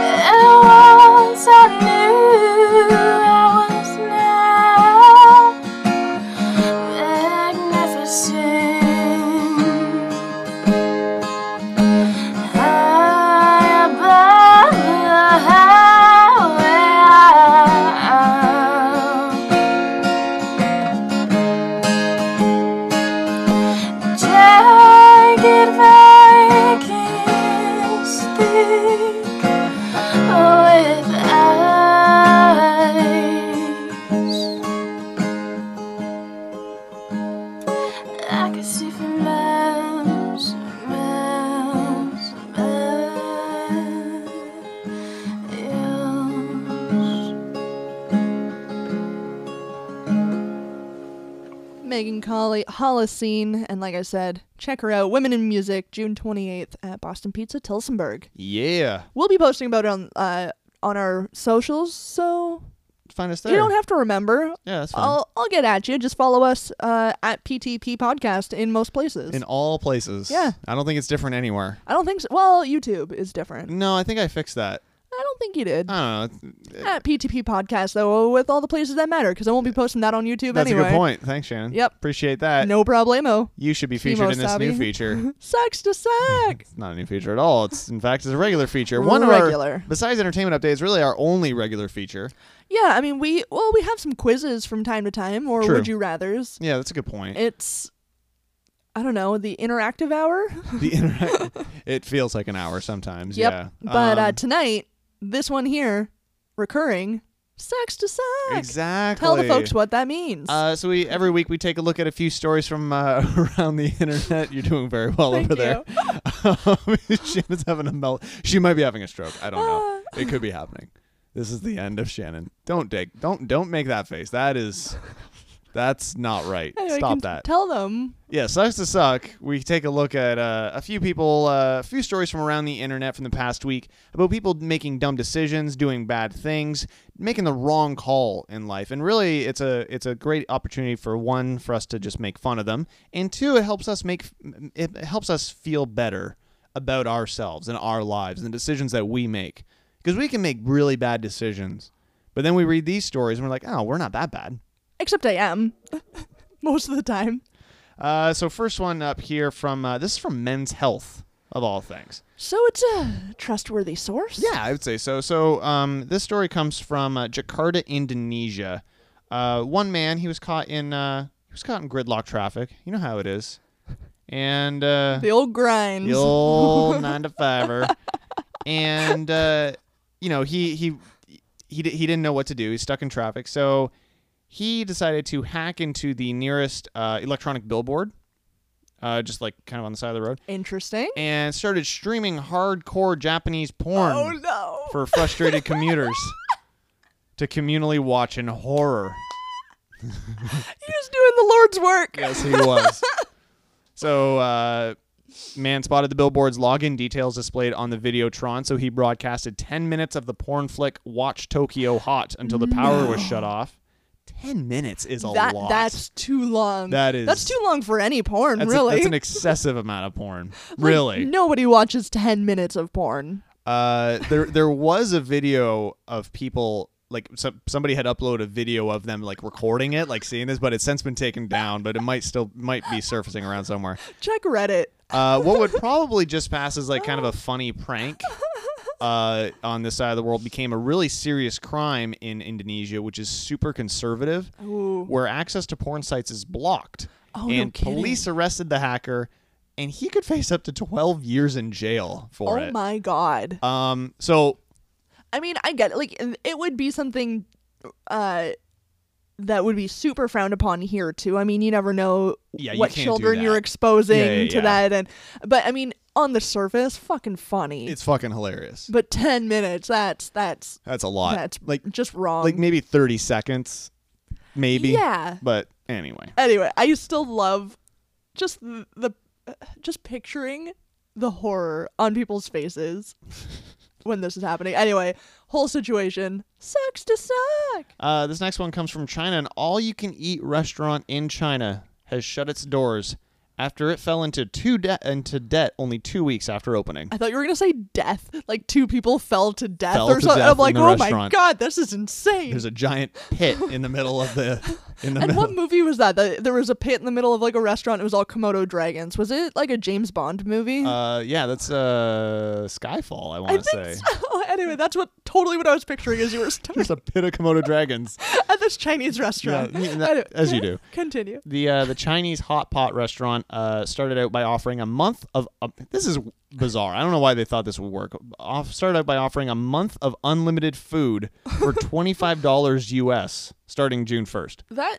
F: And once I knew I was now magnificent. High above the highway. Jagged Vikings thick with eyes. I can see for miles and miles and miles.
B: Megan Colley, Holocene, and like I said, check her out. Women in Music, June 28th at Boston Pizza, Tilsonburg.
C: Yeah.
B: We'll be posting about it on uh, on our socials, so
C: Find us there.
B: you don't have to remember.
C: yeah, that's fine.
B: I'll I'll get at you. Just follow us uh, at PTP Podcast in most places.
C: In all places.
B: Yeah.
C: I don't think it's different anywhere.
B: I don't think so. Well, YouTube is different.
C: No, I think I fixed that.
B: I don't think you did.
C: I don't know. It's-
B: at PTP Podcast though, with all the places that matter, because I won't be posting that on YouTube
C: That's
B: anyway.
C: a good point. Thanks, Shannon.
B: Yep.
C: Appreciate that.
B: No problemo.
C: You should be featured in this new
B: Chemostabby.
C: feature.
B: Sucks to suck.
C: It's not a new feature at all. It's in fact it's a regular feature. One of our
B: Regular.
C: besides entertainment updates, really our only regular feature.
B: yeah, I mean we well we have some quizzes from time to time, or
C: True.
B: would you rather's.
C: Yeah, that's a good point.
B: It's I don't know the interactive hour.
C: the interact it feels like an hour sometimes.
B: Yep.
C: Yeah.
B: But uh,
C: Um,
B: tonight, this one here, recurring, sucks to suck.
C: exactly.
B: Tell the folks what that means.
C: Uh, so we every week we take a look at a few stories from uh, around the internet. You're doing very well
B: Thank
C: over there. Um, Shannon's having a melt. She might be having a stroke. I don't know.
B: Ah.
C: It could be happening. This is the end of Shannon. Don't dig. Don't don't make that face. That is. That's not right.
B: Anyway, you
C: Stop
B: can
C: that.
B: Tell them.
C: Yeah, sucks to suck. We take a look at uh, a few people, uh, a few stories from around the internet from the past week about people making dumb decisions, doing bad things, making the wrong call in life. And really, it's a it's a great opportunity for one for us to just make fun of them, and two, it helps us make it helps us feel better about ourselves and our lives and the decisions that we make because we can make really bad decisions, but then we read these stories and we're like, oh, we're not that bad.
B: Except I am. Most of the time.
C: Uh, so first one up here from uh, this is from Men's Health of all things.
B: So it's a trustworthy source.
C: Yeah, I would say so. So um, this story comes from uh, Jakarta, Indonesia. Uh, one man he was caught in uh, he was caught in gridlock traffic. You know how it is, and uh,
B: The old grinds.
C: the old nine to fiver, and uh, you know he he he di- he didn't know what to do. He's stuck in traffic, so he decided to hack into the nearest uh, electronic billboard uh, just like kind of on the side of the road,
B: Interesting.
C: and started streaming hardcore Japanese porn
B: Oh no.
C: for frustrated commuters to communally watch in horror.
B: He was doing the Lord's work.
C: Yes, he was. so, uh, man spotted the billboard's login details displayed on the Videotron, so he broadcasted 10 minutes of the porn flick Watch Tokyo Hot until the power was shut off. 10 minutes is a
B: That
C: lot.
B: that's too long.
C: That is-
B: That's too long for any porn,
C: That's a-
B: really.
C: that's an excessive amount of porn. Really.
B: Nobody watches 10 minutes of porn.
C: Uh, there there was a video of people like some, somebody had uploaded a video of them like recording it, like seeing this, but it's since been taken down. But it might still might be surfacing around somewhere.
B: Check Reddit.
C: Uh, what would probably just pass as like kind of a funny prank uh, on this side of the world became a really serious crime in Indonesia, which is super conservative, where access to porn sites is blocked.
B: Oh, no
C: and
B: kidding.
C: police arrested the hacker, and he could face up to 12 years in jail for
B: Oh
C: it.
B: my god.
C: Um, so
B: I mean, I get it. like it would be something uh that would be super frowned upon here too. I mean, you never know
C: Yeah, you
B: what
C: can't do
B: children
C: that.
B: you're exposing
C: Yeah, yeah,
B: to
C: yeah.
B: that and but I mean, on the surface, fucking funny.
C: It's fucking hilarious.
B: but 10 minutes, that's that's
C: That's a lot.
B: that's
C: like
B: just wrong.
C: like maybe 30 seconds maybe.
B: Yeah.
C: But anyway.
B: anyway, I still love just the, the just picturing the horror on people's faces when this is happening. Anyway, whole situation sucks to suck.
C: Uh, this next one comes from China. An all you can eat restaurant in China has shut its doors after it fell into two de- into debt only 2 weeks after opening.
B: I thought you were gonna say death, like two people fell to death
C: Fell
B: or
C: to
B: something.
C: death
B: I'm like,
C: in the
B: oh my
C: restaurant."
B: god, this is insane.
C: There's a giant pit in the middle of the in the
B: and
C: middle.
B: what movie was that? The, there was a pit in the middle of like a restaurant. It was all Komodo dragons. Was it like a James Bond movie?
C: uh yeah, that's uh Skyfall, I
B: I
C: want to say.
B: think so. Oh, Anyway, that's what totally what I was picturing as you were
C: There's
B: starting
C: a pit of Komodo dragons.
B: at this Chinese
C: Yeah,
B: restaurant.
C: that- as you do.
B: Continue.
C: The uh, the Chinese hot pot restaurant uh, started out by offering a month of uh, this is bizarre. I don't know why they thought this would work. Off, started out by offering a month of unlimited food for twenty five dollars U.S. starting June first.
B: That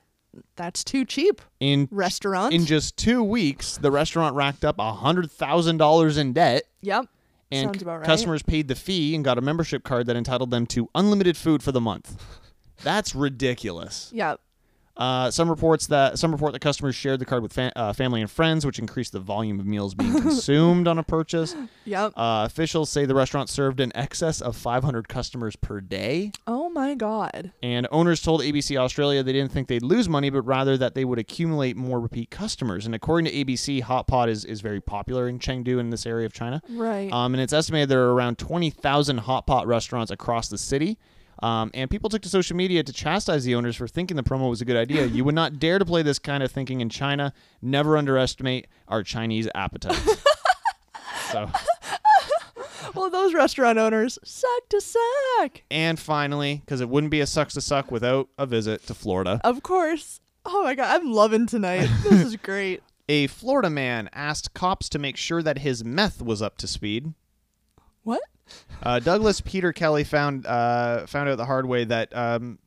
B: that's too cheap.
C: In
B: Restaurant.
C: in just two weeks, the restaurant racked up hundred thousand dollars in debt,
B: yep.
C: and
B: Sounds about right.
C: customers paid the fee and got a membership card that entitled them to unlimited food for the month. That's ridiculous.
B: Yep.
C: Uh, some reports that some report that customers shared the card with fa- uh, family and friends, which increased the volume of meals being consumed on a purchase.
B: Yep.
C: Uh, officials say the restaurant served in excess of 500 customers per day,
B: oh my god.
C: and owners told ABC Australia they didn't think they'd lose money, but rather that they would accumulate more repeat customers. And according to ABC, hot pot is, is very popular in Chengdu in this area of China.
B: Right.
C: Um, and it's estimated there are around 20,000 hot pot restaurants across the city. Um, and people took to social media to chastise the owners for thinking the promo was a good idea. you would not dare to play this kind of thinking in China. Never underestimate our Chinese appetites. so,
B: well, those restaurant owners suck to suck.
C: and finally, because it wouldn't be a sucks to suck without a visit to Florida,
B: Of course. Oh my god, I'm loving tonight. This is great.
C: a Florida man asked cops to make sure that his meth was up to speed.
B: What?
C: Uh, Douglas Peter Kelly found uh, found out the hard way that um,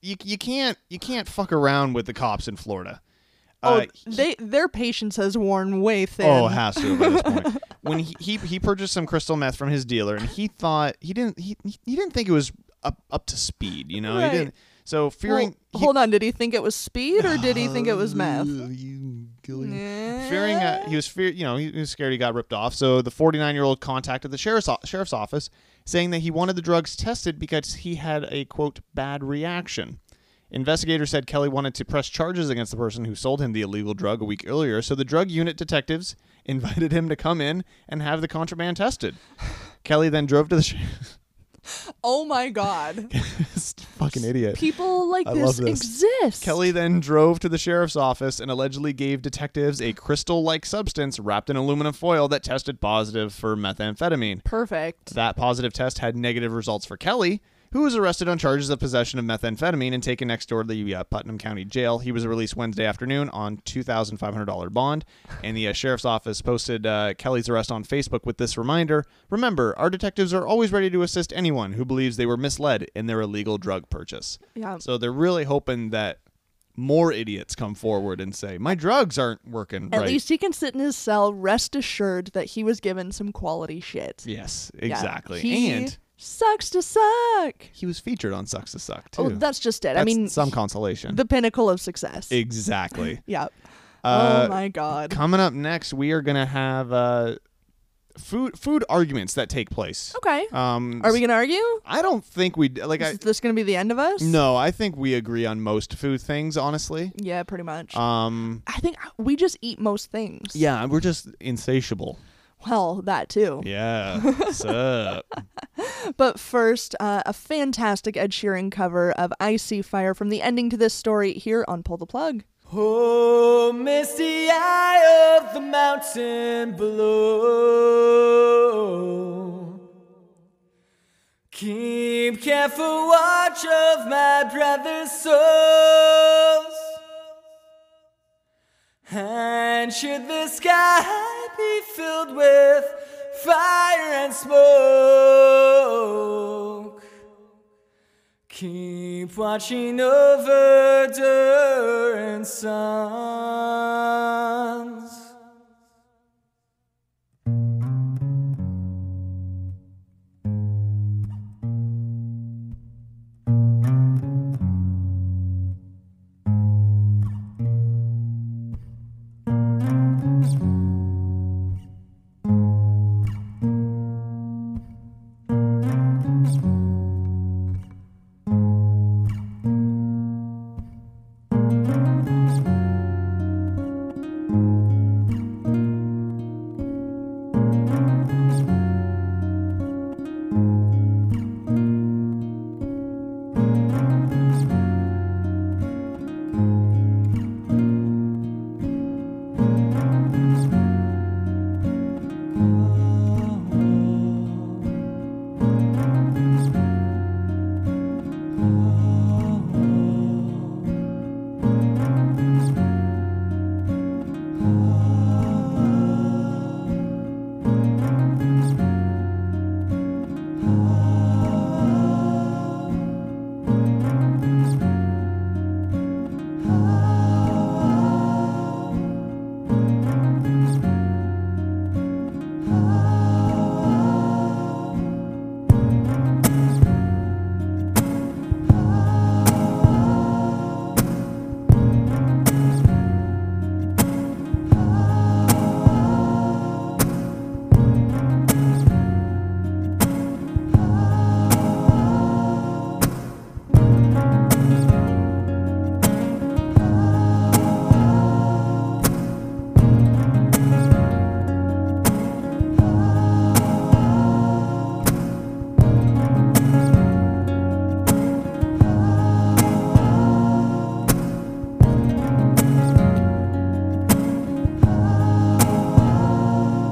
C: you you can't you can't fuck around with the cops in Florida.
B: Oh,
C: Uh,
B: they their patience has worn way thin.
C: oh, it has to by this point. when he, he he purchased some crystal meth from his dealer, and he thought he didn't he, he he didn't think it was up up to speed. You know,
B: Right.
C: he didn't. So
B: Well,
C: fearing he-
B: hold on. Did he think it was speed or did he think it was meth?
C: Ugh, you killing me. fearing uh, he was fear you know he was scared he got ripped off so the 49 year old contacted the sheriff's, o- sheriff's office saying that he wanted the drugs tested because he had a quote bad reaction investigators said kelly wanted to press charges against the person who sold him the illegal drug a week earlier so the drug unit detectives invited him to come in and have the contraband tested kelly then drove to the sh-
B: Oh my god.
C: fucking idiot
B: People like
C: I
B: this,
C: love this.
B: exist.
C: Kelly then drove to the sheriff's office and allegedly gave detectives a crystal like substance wrapped in aluminum foil that tested positive for methamphetamine.
B: Perfect.
C: That positive test had negative results for Kelly, who was arrested on charges of possession of methamphetamine and taken next door to the uh, Putnam County Jail. He was released Wednesday afternoon on $2,500 bond, and the uh, sheriff's office posted uh, Kelly's arrest on Facebook with this reminder Remember, our detectives are always ready to assist anyone who believes they were misled in their illegal drug purchase.
B: Yeah.
C: So they're really hoping that more idiots come forward and say, My drugs aren't working
B: At
C: right.
B: least he can sit in his cell, rest assured that he was given some quality shit.
C: yes,
B: Yeah.
C: exactly.
B: He
C: and
B: sucks to suck.
C: he was featured on Sucks to Suck, too.
B: Oh, that's just it. I
C: That's
B: mean,
C: some consolation.
B: the pinnacle of success.
C: exactly.
B: Yep.
C: Uh,
B: oh my god.
C: Coming up next, we are gonna have uh, food food arguments that take place.
B: okay.
C: Um,
B: Are we gonna argue?
C: I don't think we like. I
B: Is this gonna be the end of us?
C: no, I think we agree on most food things, honestly.
B: Yeah, pretty much.
C: Um,
B: I think we just eat most things.
C: yeah, we're just insatiable.
B: Well, that too.
C: Yeah, sup.
B: But first, uh, a fantastic Ed Sheeran cover of I See Fire from the ending to this story here on Pull the Plug.
I: Oh, misty eye of the mountain below. Keep careful watch of my brother's souls. And should the sky be filled with fire and smoke, Keep watching over Durand Sons.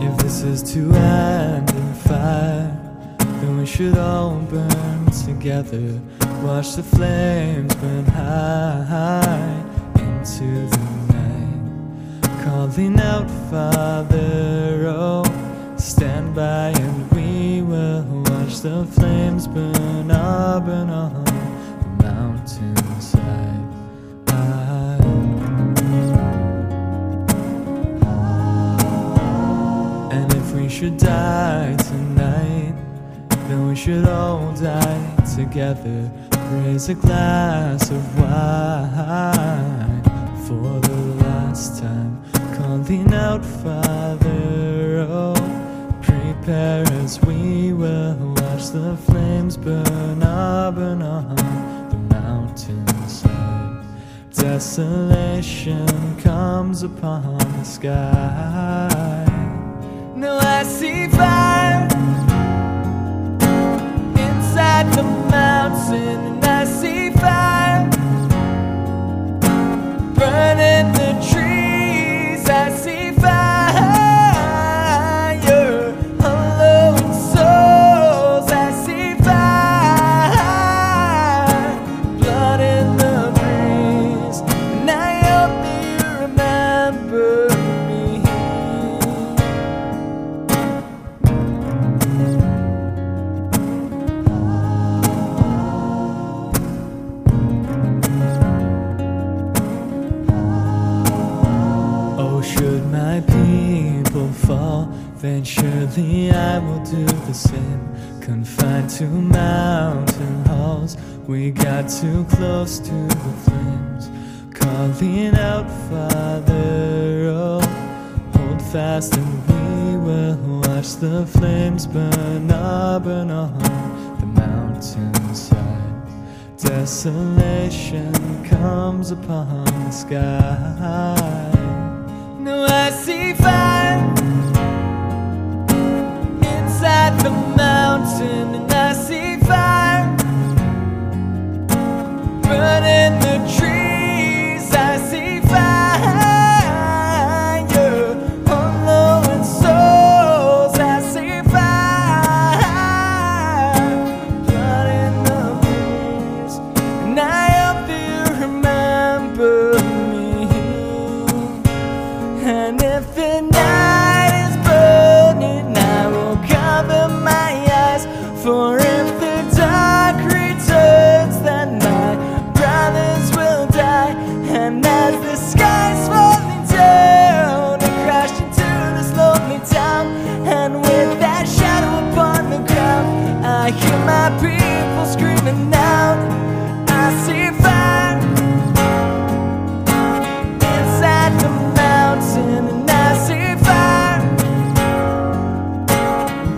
I: If this is to end in fire, then we should all burn together. Watch the flames burn high into the night. Calling out, Father, oh, stand by and we will watch the flames burn up and on the mountainside. High. And if we should die tonight, then we should all die together. Raise a glass of wine for the last time. Calling out, Father, oh, prepare as we will watch the flames burn up and on the mountainside. Desolation comes upon the sky. Now I see fire inside the mountain, and I see fire burning the trees. I see fire unloading souls. I see fire, blood in the breeze, and I hope you remember me. Oh, my people fall, then surely I will do the same. Confined to mountain halls, we got too close to the flames. Calling out, Father, oh, hold fast and we will watch the flames burn up and on the mountainside. Desolation comes upon the sky. No, I see fire inside the mountain, and I see fire burning the trees. I see fire on lowering souls. I see fire blood in the breeze, and I hope you remember me. And if the night is burning, I will cover my eyes. For if the dark returns, then my brothers will die. And as the sky's falling down, I crash into this lonely town. And with that shadow upon the ground, I hear my people screaming out. I see fire inside the mountain and I see fire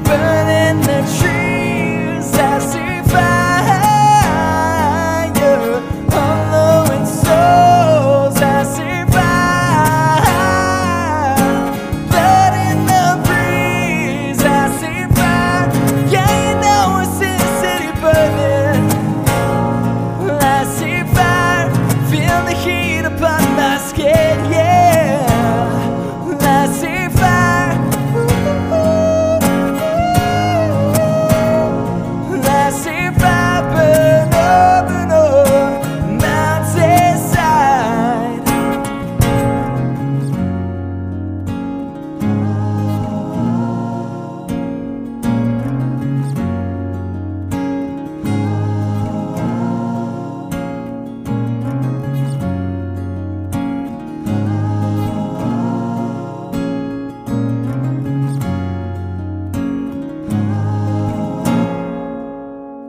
I: burning the trees. I see fire on lowering souls. I see fire blood in the breeze. I see fire. Yeah, you know it's in the city burning. I see fire, feel the heat upon my skin, yeah. I see fire. I see fire burn up and on mountainside.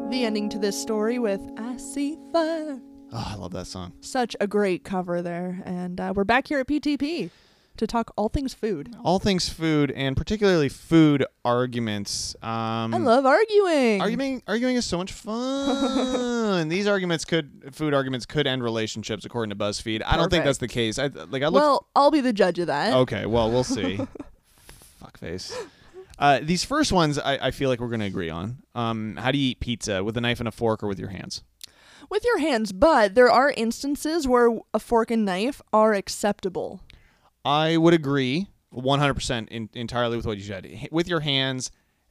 B: The ending to this story with I See Fire.
C: Oh, I love that song.
B: Such a great cover there. And uh, we're back here at PTP to talk all things food.
C: All things food and particularly food arguments. Um,
B: I love arguing.
C: Arguing, arguing is so much fun. These arguments could, food arguments could end relationships, according to BuzzFeed. I don't think that's the case. I like. I looked
B: Well, I'll be the judge of that.
C: Okay, well, we'll see. Fuckface. Uh, these first ones, I, I feel like we're going to agree on. Um, how do you eat pizza? With a knife and a fork or with your hands?
B: With your hands, but there are instances where a fork and knife are acceptable.
C: I would agree 100% in, entirely with what you said. H- With your hands,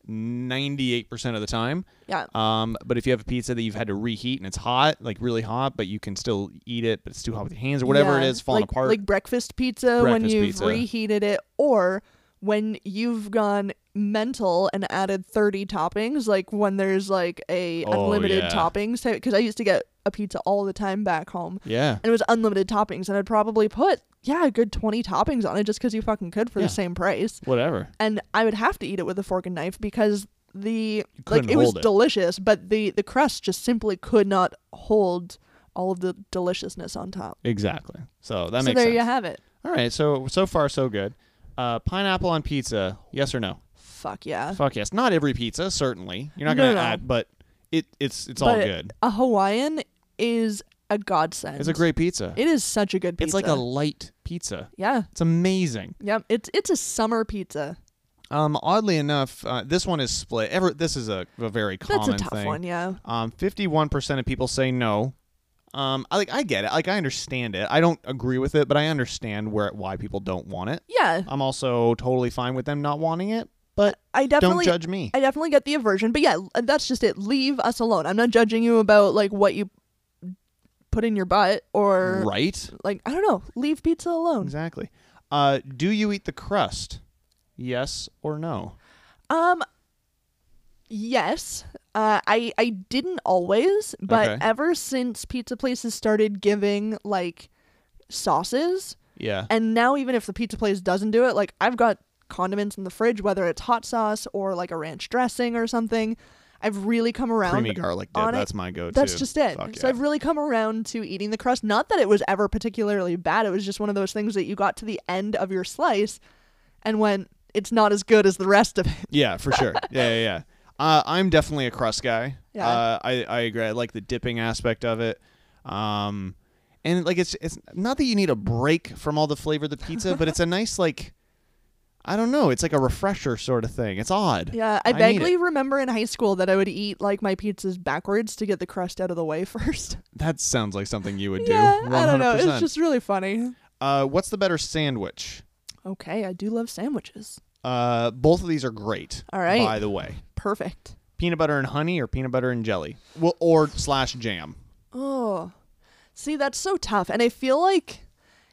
C: 98% of the time.
B: Yeah.
C: Um, but if you have a pizza that you've had to reheat and it's hot, like really hot, but you can still eat it, but it's too hot with your hands or whatever it
B: Yeah,
C: is, falling
B: like,
C: apart.
B: Like breakfast pizza when
C: Breakfast
B: you've
C: pizza.
B: reheated it, or when you've gone mental and added 30 toppings, like when there's like a
C: Oh,
B: unlimited
C: yeah.
B: toppings type. Because I used to get a pizza all the time back home,
C: yeah.
B: and it was unlimited toppings, and I'd probably put yeah a good 20 toppings on it just because you fucking could for
C: Yeah.
B: the same price,
C: Whatever.
B: and I would have to eat it with a fork and knife because the
C: couldn't
B: like it was
C: hold it.
B: delicious, but the the crust just simply could not hold all of the deliciousness on top.
C: Exactly. So that
B: so
C: makes
B: there
C: sense.
B: you have it.
C: All right. So, so far, so good. Uh, pineapple on pizza, yes or no?
B: Fuck yeah.
C: Fuck yes. Not every pizza, certainly. You're not
B: Uh, No,
C: gonna
B: no, no.
C: add, but it it's it's all
B: But
C: good.
B: A Hawaiian is a godsend.
C: It's a great pizza.
B: It is such a good pizza.
C: It's like a light pizza.
B: yeah.
C: It's amazing.
B: Yep. It's it's a summer pizza.
C: Um, oddly enough, uh, this one is split. Ever this is a, a very common
B: That's a tough
C: thing.
B: one, yeah.
C: Um, fifty-one percent of people say no. Um, I like I get it. Like I understand it. I don't agree with it, but I understand where why people don't want it.
B: Yeah.
C: I'm also totally fine with them not wanting it, but
B: I definitely
C: don't judge me.
B: I definitely get the aversion, but yeah, l- that's just it. Leave us alone. I'm not judging you about like what you put in your butt or
C: right?
B: like I don't know. Leave pizza alone.
C: Exactly. Uh, do you eat the crust? Yes or no?
B: Um yes. Uh, I I didn't always, but
C: Okay.
B: ever since pizza places started giving like sauces,
C: Yeah.
B: And now even if the pizza place doesn't do it, like I've got condiments in the fridge, whether it's hot sauce or like a ranch dressing or something. I've really come around.
C: Creamy garlic dip.
B: on it.
C: That's my go-to.
B: That's just it.
C: Fuck
B: So
C: yeah.
B: I've really come around to eating the crust. Not that it was ever particularly bad. It was just one of those things that you got to the end of your slice and went, it's not as good as the rest of it.
C: Yeah, for sure. Yeah, yeah, yeah. Uh, I'm definitely a crust guy.
B: Yeah.
C: Uh, I, I agree. I like the dipping aspect of it. Um, and like it's it's not that you need a break from all the flavor of the pizza, but it's a nice like I don't know, it's like a refresher sort of thing. It's odd.
B: Yeah, I
C: need
B: vaguely
C: it.
B: remember in high school that I would eat like my pizzas backwards to get the crust out of the way first.
C: That sounds like something you would do.
B: yeah,
C: 100%.
B: I don't know. It's just really funny.
C: uh, what's the better sandwich?
B: Okay, I do love sandwiches.
C: Uh, both of these are great.
B: All right.
C: By the way,
B: Perfect.
C: peanut butter and honey or peanut butter and jelly? Well, or slash jam.
B: Oh, see, that's so tough. And I feel like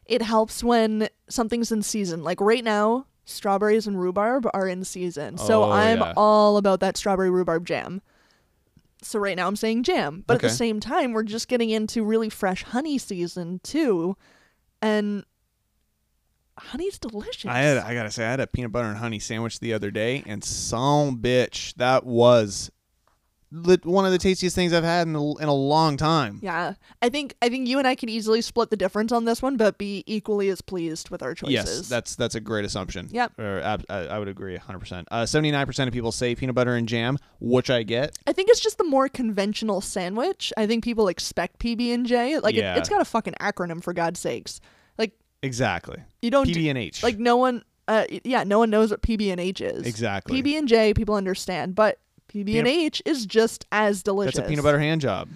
B: it helps when something's in season. Like right now, strawberries and rhubarb are in season. So
C: Oh,
B: I'm
C: yeah.
B: all about that strawberry rhubarb jam. So right now I'm saying jam. But at
C: Okay.
B: the same time, we're just getting into really fresh honey season too. And honey's delicious.
C: I had I gotta say I had a peanut butter and honey sandwich the other day, and some bitch that was lit, one of the tastiest things I've had in a, in a long time.
B: yeah. I think I think you and I can easily split the difference on this one, but be equally as pleased with our choices.
C: Yes, that's that's a great assumption.
B: Yep.
C: Or ab- I, I would agree 100%. Uh, 79% of people say peanut butter and jam, which I get.
B: I think it's just the more conventional sandwich. I think people expect PB and J. Like
C: Yeah.
B: it, it's got a fucking acronym for God's sakes. Like
C: Exactly.
B: you don't do-
C: PB&H.
B: like no one. Uh, y- yeah, no one knows what PB and H is.
C: Exactly.
B: PB and J people understand, but PB and H is just as delicious.
C: That's a peanut butter hand job.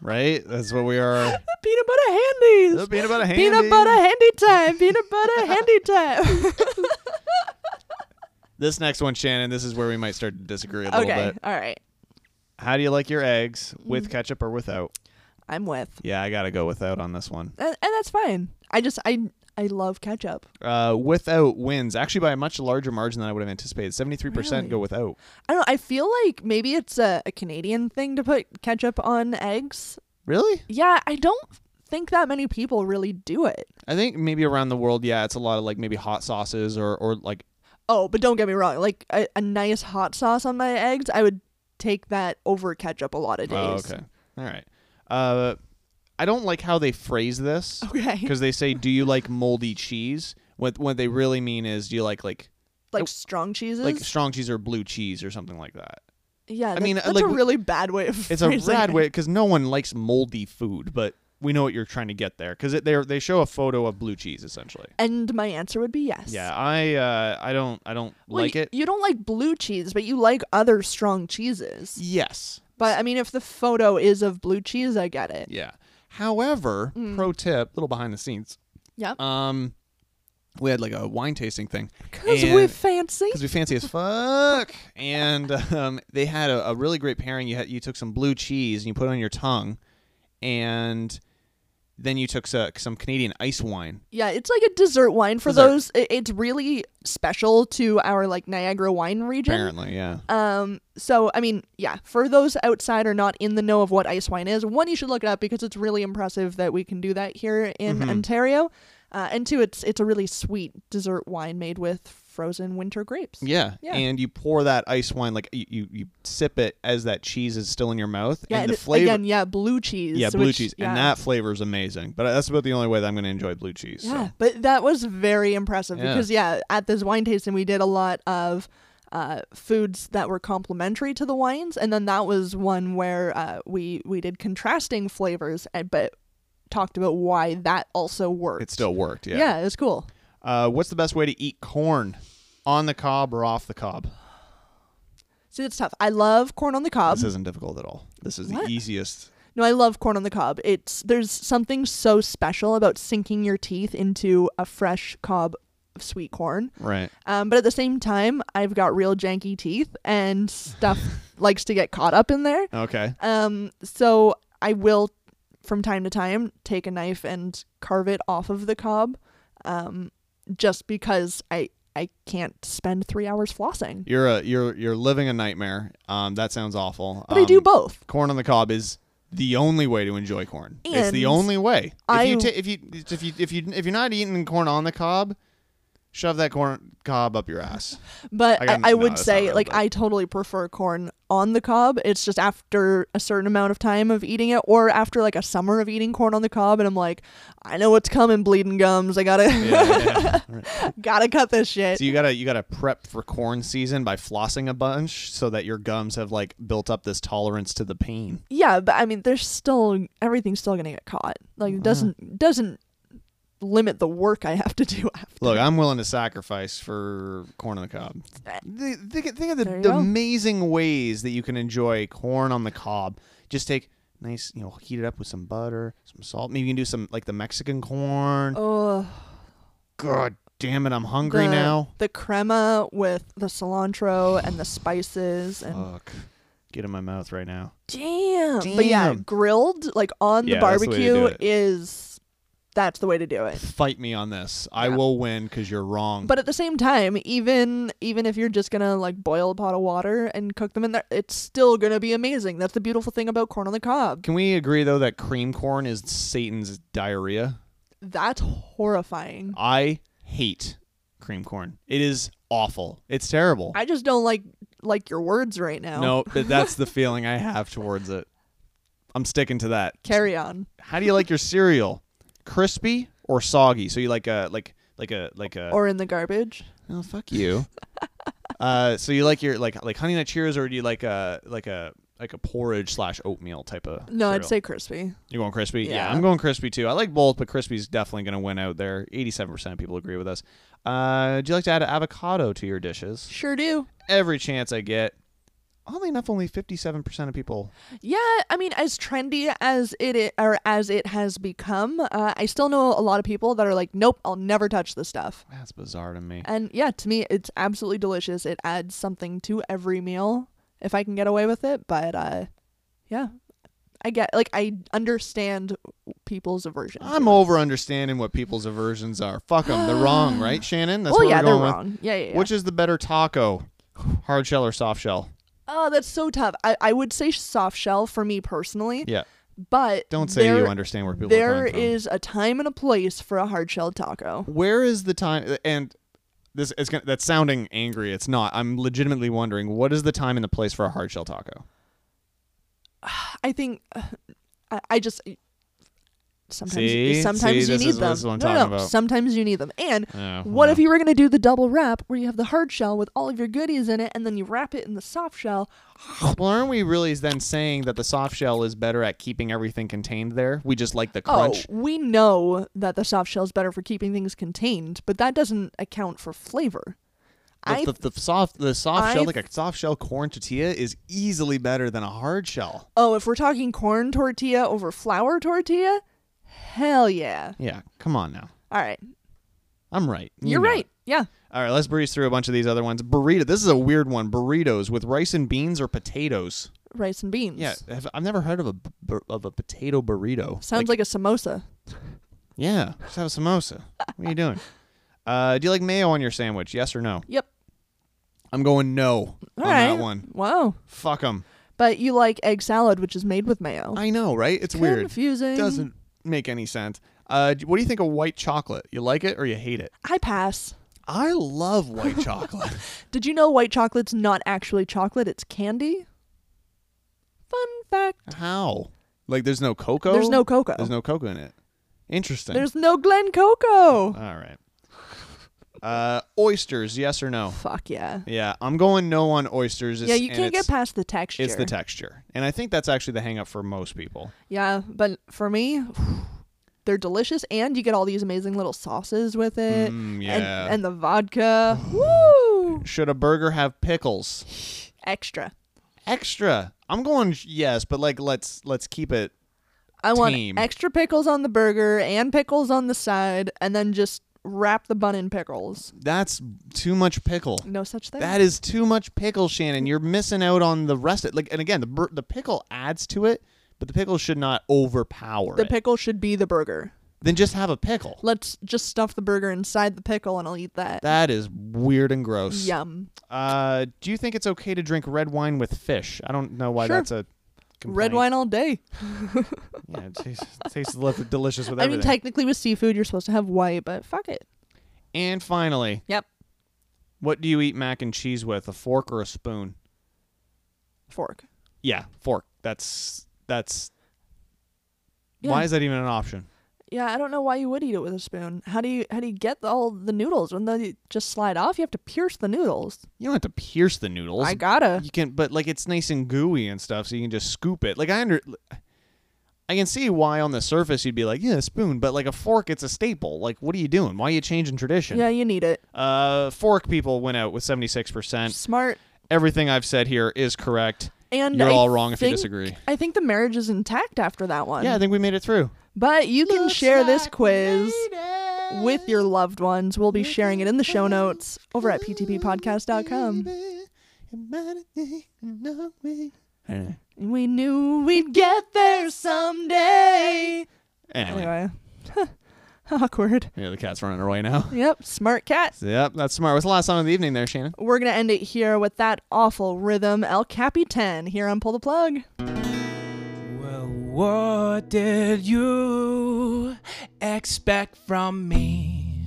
C: right? That's what we are.
B: The peanut butter handies.
C: The peanut butter handy.
B: Peanut butter handy time. Peanut butter handy time.
C: This next one, Shannon, this is where we might start to disagree a little
B: okay.
C: bit.
B: All right.
C: How do you like your eggs? With ketchup or without?
B: I'm with,
C: Yeah, I gotta go without on this one.
B: and, and that's fine. I just I I love ketchup.
C: uh, without wins, actually by a much larger margin than I would have anticipated. Seventy-three percent go without.
B: I don't know. I feel like maybe it's a, a Canadian thing to put ketchup on eggs.
C: Really?
B: Yeah, I don't think that many people really do it.
C: I think maybe around the world, yeah, it's a lot of like maybe hot sauces or or like
B: Oh, but don't get me wrong. Like a, a nice hot sauce on my eggs, I would take that over ketchup a lot of days.
C: oh, okay, all right. Uh, I don't like how they phrase this
B: Okay.
C: because they say, "Do you like moldy cheese?" What what they really mean is, do you like like
B: Like strong cheeses.
C: like strong cheese or blue cheese or something like that?
B: yeah, that,
C: mean, uh,
B: that's
C: like,
B: a
C: we-
B: really bad way of.
C: It's a
B: phrasing
C: rad
B: it.
C: way because no one likes moldy food, but we know what you're trying to get there because they they show a photo of blue cheese essentially.
B: And my answer would be yes.
C: Yeah, I uh, I don't I don't
B: Well,
C: like
B: y-
C: it.
B: You don't like blue cheese, but you like other strong cheeses.
C: yes.
B: But I mean, if the photo is of blue cheese, I get it.
C: Yeah. However, pro tip, little behind the scenes.
B: Mm. Yep.
C: Um, we had like a wine tasting thing
B: Because
C: and-
B: we're fancy.
C: 'cause we fancy as fuck, and um, they had a, a really great pairing. You had you took some blue cheese and you put it on your tongue, and then you took so- some Canadian ice wine.
B: Yeah, it's like a dessert wine for
C: Dessert.
B: those. i- It's really special to our like Niagara wine region.
C: Apparently, yeah.
B: Um, so I mean, yeah, for those outside or not in the know of what ice wine is, one you should look it up because it's really impressive that we can do that here in
C: Mm-hmm.
B: Ontario. Uh, and two, it's it's a really sweet dessert wine made with frozen winter grapes.
C: Yeah.
B: Yeah.
C: And you pour that ice wine like you, you, you sip it as that cheese is still in your mouth.
B: Yeah,
C: and the
B: it-
C: flavor
B: again, yeah, blue cheese.
C: Yeah, blue
B: which-
C: cheese.
B: yeah.
C: And that flavor is amazing. But that's about the only way that I'm going to enjoy blue cheese.
B: Yeah,
C: So.
B: but that was very impressive
C: Yeah.
B: because yeah, at this wine tasting we did a lot of uh, foods that were complementary to the wines, and then that was one where uh, we we did contrasting flavors, and, but talked about why that also worked.
C: It still worked. Yeah.
B: yeah, it was cool.
C: Uh, what's the best way to eat corn? On the cob or off the cob?
B: See, it's tough. I love corn on the cob.
C: This isn't difficult at all. This is
B: Um, What?
C: the easiest.
B: No, I love corn on the cob. It's there's something so special about sinking your teeth into a fresh cob of sweet corn.
C: Right.
B: Um, but at the same time, I've got real janky teeth and stuff likes to get caught up in there.
C: Okay.
B: Um, so I will, from time to time, take a knife and carve it off of the cob, um, just because I I can't spend three hours flossing.
C: You're a you're you're living a nightmare. Um, that sounds awful.
B: But I do
C: Um,
B: both.
C: Corn on the cob is the only way to enjoy corn. it's the
B: And
C: only way.
B: I-
C: If you, ta- if you if you if you if you're not eating corn on the cob, shove that corn cob up your ass.
B: But
C: I
B: I,
C: got-
B: I,
C: no,
B: would
C: that's not
B: say,
C: real,
B: like,
C: but-
B: I totally prefer corn on the cob. It's just after a certain amount of time of eating it, or after like a summer of eating corn on the cob, and I'm like, I know what's coming, bleeding gums. I gotta, gotta cut this shit.
C: So you gotta you gotta prep for corn season by flossing a bunch so that your gums have like built up this tolerance to the pain.
B: yeah, but I mean, there's still everything's still gonna get caught. Like, it doesn't doesn't limit the work I have to do after.
C: Look, I'm willing to sacrifice for corn on the cob. Th- Think, think of the,
B: There you
C: the
B: go.
C: amazing ways that you can enjoy corn on the cob. Just take nice, you know, heat it up with some butter, some salt. Maybe you can do some like the Mexican corn.
B: Oh,
C: God damn it, I'm hungry
B: the,
C: now.
B: The crema with the cilantro and the spices and
C: Fuck. Get in my mouth right now.
B: Damn. But yeah,
C: Damn.
B: grilled like on the
C: Yeah, that's the way to do
B: barbecue
C: it.
B: is that's the way to do it.
C: Fight me on this. I will win because you're wrong.
B: But at the same time, even even if you're just gonna like boil a pot of water and cook them in there, it's still gonna be amazing. That's the beautiful thing about corn on the cob.
C: can we agree though that cream corn is Satan's diarrhea?
B: That's horrifying.
C: I hate cream corn. It is awful. It's terrible.
B: I just don't like like your words right now.
C: No, but that's the feeling I have towards it. I'm sticking to that.
B: Carry on.
C: How do you like your cereal? Crispy or soggy? So you like a like like a like a
B: Or in the garbage.
C: oh fuck you. uh, so you like your like like Honey Nut Cheerios or do you like a like a like a porridge slash oatmeal type of?
B: No, I'd
C: cereal?
B: say crispy.
C: You're going crispy? Yeah.
B: Yeah.
C: I'm going crispy too. I like both, but crispy's definitely going to win out there. 87% of people agree with us. Uh, do you like to add avocado to your dishes?
B: Sure do.
C: Every chance I get. Oddly enough, only 57% of people.
B: Yeah, I mean, as trendy as it i- or as it has become, uh, I still know a lot of people that are like, "Nope, I'll never touch this stuff."
C: That's bizarre to me.
B: And yeah, to me, it's absolutely delicious. It adds something to every meal if I can get away with it. But uh, yeah, I get like I understand people's aversion.
C: I'm over understanding what people's aversions are. Fuck them. They're wrong, right, Shannon? That's
B: Oh
C: what
B: yeah,
C: we're
B: they're
C: going with.
B: wrong. Yeah, yeah, yeah.
C: Which is the better taco? Hard shell or soft shell?
B: oh, that's so tough. I, I would say soft shell for me personally,
C: Yeah.
B: but
C: Don't say
B: there-
C: you understand where people are
B: There
C: coming from.
B: is a time and a place for a hard shell taco.
C: where is the time and this is gonna, that's sounding angry it's not i'm legitimately wondering what is the time and the place for a hard shell taco
B: I think uh, I, I just sometimes
C: See?
B: sometimes
C: See,
B: you
C: this
B: need
C: is-
B: them.
C: this is what I'm
B: no, no,
C: talking
B: no.
C: about.
B: sometimes you need them. And
C: Yeah,
B: what
C: well.
B: if you were gonna do the double wrap where you have the hard shell with all of your goodies in it, and then you wrap it in the soft shell?
C: well aren't we really then saying that the soft shell is better at keeping everything contained there we just like the crunch
B: Oh, we know that the soft shell is better for keeping things contained, but that doesn't account for flavor. I
C: the, the, the soft the soft
B: I-
C: shell like a soft shell corn tortilla is easily better than a hard shell
B: oh, if we're talking corn tortilla over flour tortilla, hell yeah!
C: yeah come on now
B: All right,
C: i'm right You
B: you're
C: know
B: right.
C: it.
B: Yeah,
C: all right let's breeze through a bunch of these other ones burrito this is a weird one burritos with rice and beans or potatoes
B: rice and beans.
C: yeah have, i've never heard of a bu- bur- of a potato burrito
B: sounds like a samosa.
C: Yeah, just have a samosa. What are you doing? Uh, do you like mayo on your sandwich? Yes or no?
B: Yep.
C: I'm going no on
B: All right.
C: that one.
B: Wow.
C: Fuck them.
B: But you like egg salad, which is made with mayo.
C: I know, right? It's weird.
B: Confusing.
C: Doesn't make any sense. Uh, d- what do you think of white chocolate? You like it or you hate it?
B: I pass.
C: I love white chocolate.
B: Did you know white chocolate's not actually chocolate? It's candy. Fun fact.
C: How? Like, there's no cocoa.
B: There's no cocoa.
C: There's no cocoa in it. Interesting.
B: There's no Glen Coco.
C: All right. Uh, oysters, yes or no?
B: Fuck yeah.
C: Yeah, I'm going no on oysters.
B: yeah,
C: It's-
B: you
C: and
B: can't
C: it's-
B: get past the texture.
C: It's the texture, and I think that's actually the hang up for most people.
B: yeah, but for me, they're delicious, and you get all these amazing little sauces with it.
C: Mm,
B: Uh, and,
C: yeah.
B: and the vodka. Woo!
C: Should a burger have pickles?
B: Extra.
C: Extra. I'm going sh- yes, but like let's let's keep it.
B: I want
C: Team.
B: extra pickles on the burger and pickles on the side, and then just wrap the bun in pickles.
C: That's too much pickle.
B: No such thing.
C: That is too much pickle, Shannon. You're missing out on the rest of like and again, the bur- the pickle adds to it, but the pickle should not overpower
B: the
C: it.
B: pickle should be the burger.
C: then just have a pickle.
B: Let's just stuff the burger inside the pickle, and I'll eat that.
C: That is weird and gross.
B: Yum.
C: Uh, do you think it's okay to drink red wine with fish? I don't know why
B: Sure.
C: that's a
B: Red wine all day.
C: Yeah, it tastes, tastes le- delicious with
B: I mean,
C: everything.
B: technically with seafood, you're supposed to have white, but fuck it.
C: and finally,
B: Yep.
C: what do you eat mac and cheese with? A fork or a spoon?
B: Fork.
C: Yeah, fork. That's that's.
B: Yeah.
C: Why is that even an option?
B: Yeah, I don't know why you would eat it with a spoon. How do you how do you get all the noodles when they just slide off? You have to pierce the noodles.
C: You don't have to pierce the noodles.
B: I gotta.
C: You can, but like it's nice and gooey and stuff, so you can just scoop it. Like I under, I can see why on the surface you'd be like, yeah, a spoon, but like a fork, it's a staple. Like, what are you doing? Why are you changing tradition?
B: Yeah, you need it.
C: Uh, fork people went out with seventy six percent.
B: Smart.
C: Everything I've said here is correct.
B: And
C: You're
B: I
C: all wrong if you
B: think-
C: disagree.
B: I think the marriage is intact after that one.
C: Yeah, I think we made it through.
B: But you can share this quiz with your loved ones. We'll be sharing it in the show notes over at ptppodcast.com. We knew we'd get there someday.
C: Anyway,
B: Anyway, awkward.
C: yeah, the cat's running away now.
B: Yep, smart cat.
C: Yep, that's smart. What's the last song of the evening there, Shannon?
B: We're going to end it here with that awful rhythm, El Capitan, here on Pull the Plug.
J: Well, what did you expect from me?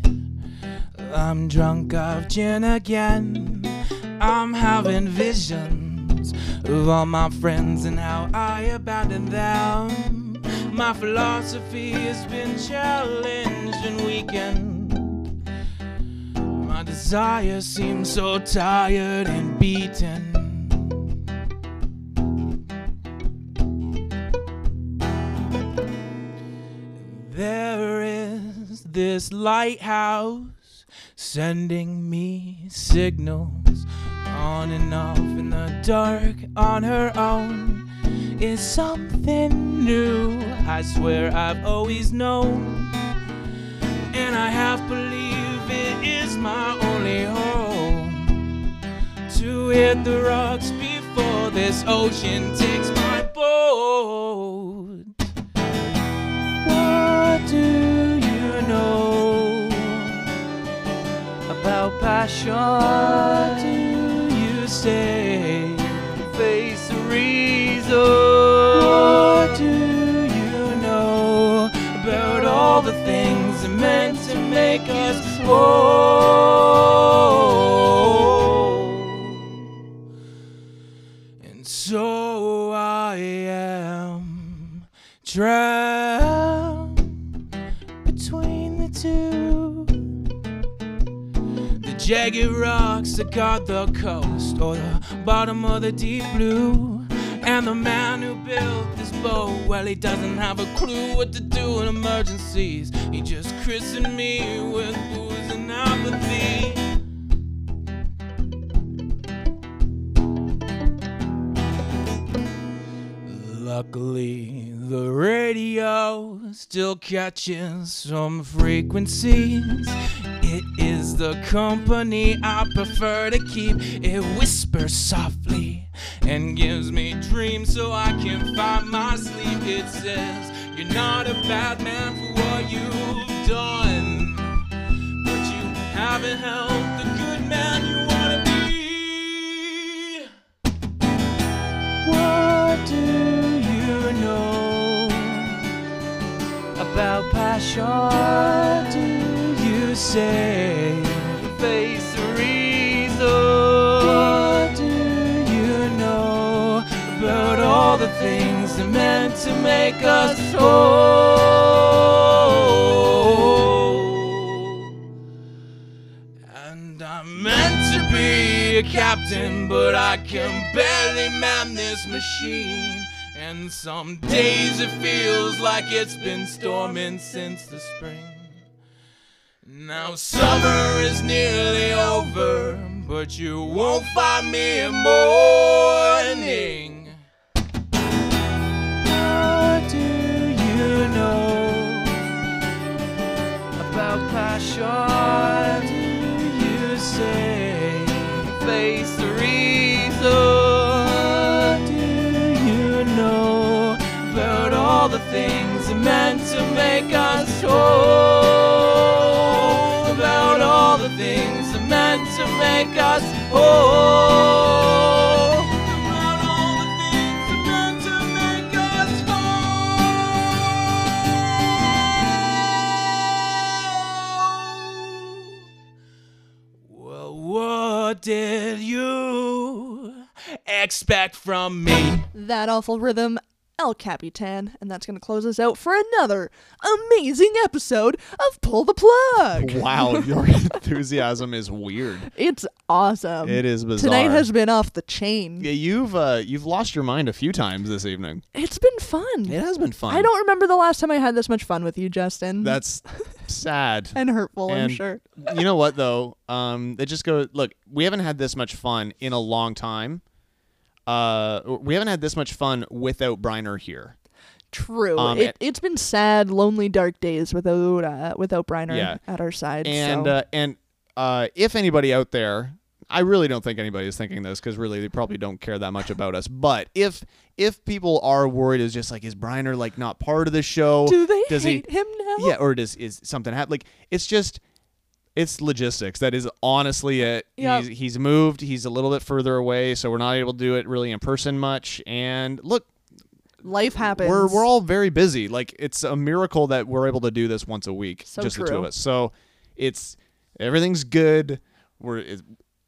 J: I'm drunk of gin again. I'm having visions of all my friends and how I abandoned them. My philosophy has been challenged and weakened. My desire seems so tired and beaten. There is this lighthouse sending me signals on and off in the dark on her own. Is something new. I swear I've always known, and I half believe it is my only home to hit the rocks before this ocean takes my boat. What do you know about passion? What do you say? Face the reason. What do you know about all the things that meant to make us whole? And so I am drowned between the two. The jagged rocks that guard the coast, or the bottom of the deep blue. And the man who built this boat, well, he doesn't have a clue what to do in emergencies. He just christened me with booze and apathy. Luckily, the radio still catches some frequencies. It is the company I prefer to keep. It whispers softly and gives me dreams so I can find my sleep. It says, You're not a bad man for what you've done, but you haven't helped the good man you want to be. What do you know about passion? What do you say? Face the reason. What do you know about all the things that meant to make us whole? And I'm meant to be a captain, but I can barely man this machine. And some days it feels like it's been storming since the spring. Now summer is nearly over, but you won't find me in mourning. What do you know about passion do you say face the reason What do you know about all the things that meant to make us whole about all the things that meant to make us whole about all the things that meant to make did you expect from me?
B: That awful rhythm, El Capitan, and that's going to close us out for another amazing episode of Pull the Plug.
C: Wow, your enthusiasm is weird.
B: It's awesome.
C: It is bizarre.
B: Tonight has been off the chain.
C: Yeah, you've uh, you've lost your mind a few times this evening.
B: It's been fun.
C: It has been fun.
B: I don't remember the last time I had this much fun with you, Justin.
C: That's sad.
B: and hurtful, I'm
C: And
B: sure.
C: you know what though? Um, it just goes. Look, we haven't had this much fun in a long time. Uh, we haven't had this much fun without Briner here.
B: True.
C: Um,
B: it,
C: and-
B: it's been sad, lonely, dark days without uh, without Briner
C: Yeah.
B: at our side.
C: And
B: so.
C: uh, and uh, if anybody out there, I really don't think anybody is thinking this because really they probably don't care that much about us. But if if people are worried, is just like is Briner like not part of the show?
B: do they
C: Does he-
B: hate him now?
C: Yeah, or does is something happen? Like it's just it's logistics. That is honestly it.
B: Yeah.
C: He's he's moved. He's a little bit further away, so we're not able to do it really in person much. And look,
B: Life happens.
C: we're we're all very busy. Like it's a miracle that we're able to do this once a week,
B: So
C: just the two
B: true.
C: of us. So it's everything's good. We're it-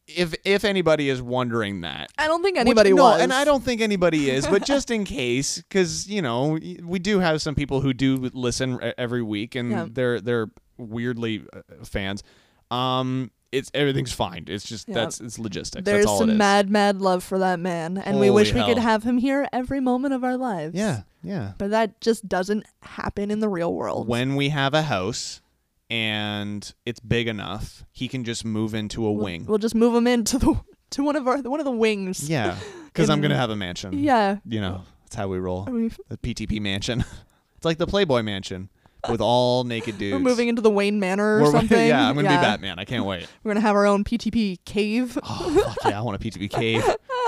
C: if if anybody is wondering that.
B: I don't think
C: Which-
B: anybody
C: no,
B: was.
C: and I don't think anybody is, but just in case, because you know we do have some people who do listen e- every week, and
B: Yeah.
C: they're they're weirdly uh, fans. Um, it's everything's fine. It's just
B: Yeah.
C: that's it's logistics.
B: There's
C: that's all it
B: some
C: is.
B: mad, mad love for that man, and we
C: Holy
B: wish we
C: hell.
B: could have him here every moment of our lives.
C: Yeah, yeah.
B: But that just doesn't happen in the real world.
C: When we have a house and it's big enough, he can just move into a
B: we'll,
C: wing.
B: we'll just move him into the to one of our one of the wings.
C: yeah, because I'm
B: in-
C: gonna have a mansion.
B: Yeah.
C: you know that's how we roll.
B: I mean,
C: The PTP mansion. it's like the Playboy mansion with all naked dudes.
B: We're moving into the Wayne Manor or
C: We're-
B: something.
C: Yeah, I'm gonna be Batman. I can't wait.
B: We're gonna have our own PTP cave.
C: Oh, fuck yeah, I want a PTB cave.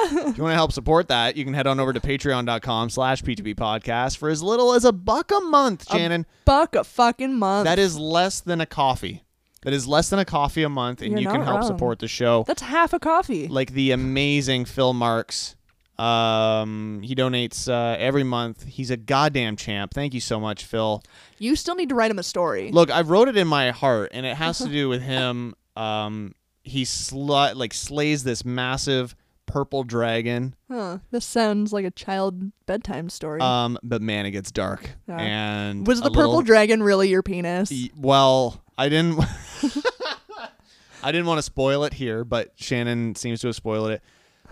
C: if you want to help support that, you can head on over to patreon.com slash PTB podcast for as little as a buck a month, Shannon.
B: Buck a fucking month.
C: that is less than a coffee. That is less than a coffee a month, and
B: You're
C: you can
B: not
C: help
B: wrong.
C: support the show.
B: That's half a coffee.
C: like the amazing Phil Marks. Um, he donates uh, every month. He's a goddamn champ. Thank you so much, Phil.
B: You still need to write him a story.
C: Look, I wrote it in my heart, and it has to do with him. Um, he sl- like slays this massive purple dragon.
B: Huh. This sounds like a child bedtime story.
C: Um, but man, it gets dark.
B: Yeah.
C: And
B: Was
C: a
B: the purple
C: little-
B: dragon really your penis?
C: Y- Well, I didn't. I didn't want to spoil it here, but Shannon seems to have spoiled it.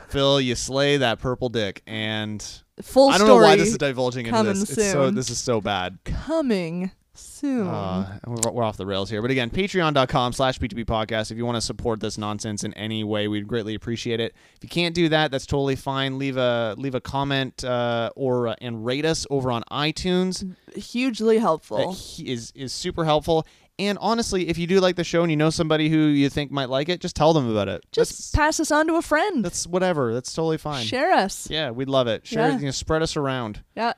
C: Phil, you slay that purple dick, and
B: Full
C: I don't know
B: story
C: why this is divulging into
B: coming
C: this. It's so
B: soon.
C: this is so bad.
B: coming soon.
C: Uh, we're, we're off the rails here. But again, patreon.com slash B2B podcast. If you want to support this nonsense in any way, we'd greatly appreciate it. If you can't do that, that's totally fine. Leave a leave a comment uh, or uh, and rate us over on iTunes.
B: Hugely
C: That
B: helpful.
C: he- is is super helpful. And honestly, if you do like the show and you know somebody who you think might like it, just tell them about it.
B: Just
C: that's,
B: pass us on to a friend.
C: that's whatever. That's totally fine.
B: Share us.
C: Yeah, we'd love it. Share,
B: Yeah.
C: you know, spread us around.
B: Yeah.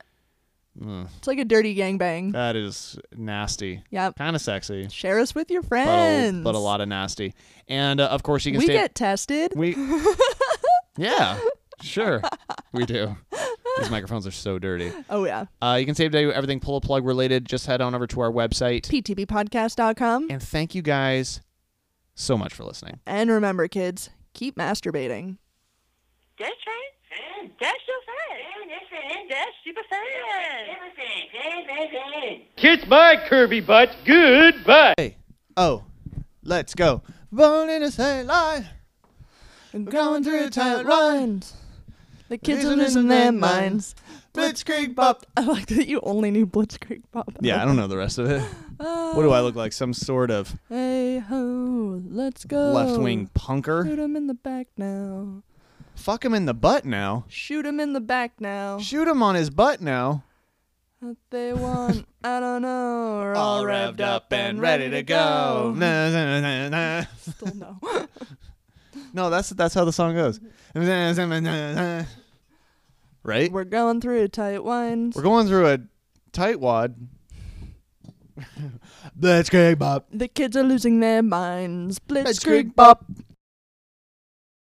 B: It's like a dirty gangbang.
C: That is nasty.
B: Yep.
C: kind of sexy,
B: Share us with your
C: but a,
B: friends.
C: but a lot of nasty. And uh, of course, you can
B: We
C: stay.
B: get tested.
C: We Yeah. Sure. We do. These microphones are so dirty.
B: oh yeah.
C: Uh, you can save day with everything pull a plug related. Just head on over to our website.
B: PTBpodcast.com.
C: And thank you guys so much for listening.
B: And remember, kids, keep masturbating.
D: That's right. That's so fun. That's fun. That's super fun. Everything.
J: Kiss my curvy butt. Goodbye.
C: Oh, let's go. Born in a state line. Going through a tight run.
B: The kids are
C: Reason is
B: losing
C: in
B: their
C: their
B: minds.
C: minds. Blitzkrieg Bop.
B: I like that you only knew Blitzkrieg Bop.
C: Yeah, I don't know the rest of it. What do I look like? Some sort of
B: Hey ho, let's go.
C: left wing punker?
B: Shoot him in the back now.
C: Fuck him in the butt now.
B: Shoot him in the back now.
C: Shoot him on his butt now.
B: What they want, I don't know. We're all,
C: all revved up and ready to go. Na, na, na, na, na.
B: Still no.
C: No, that's that's how the song goes.
B: Mm-hmm.
C: Right?
B: We're going through tight winds.
C: We're going through a tight wad. That's great, Bob.
B: the kids are losing their minds.
C: Blitzkrieg
B: Blitzkrieg
C: Bop.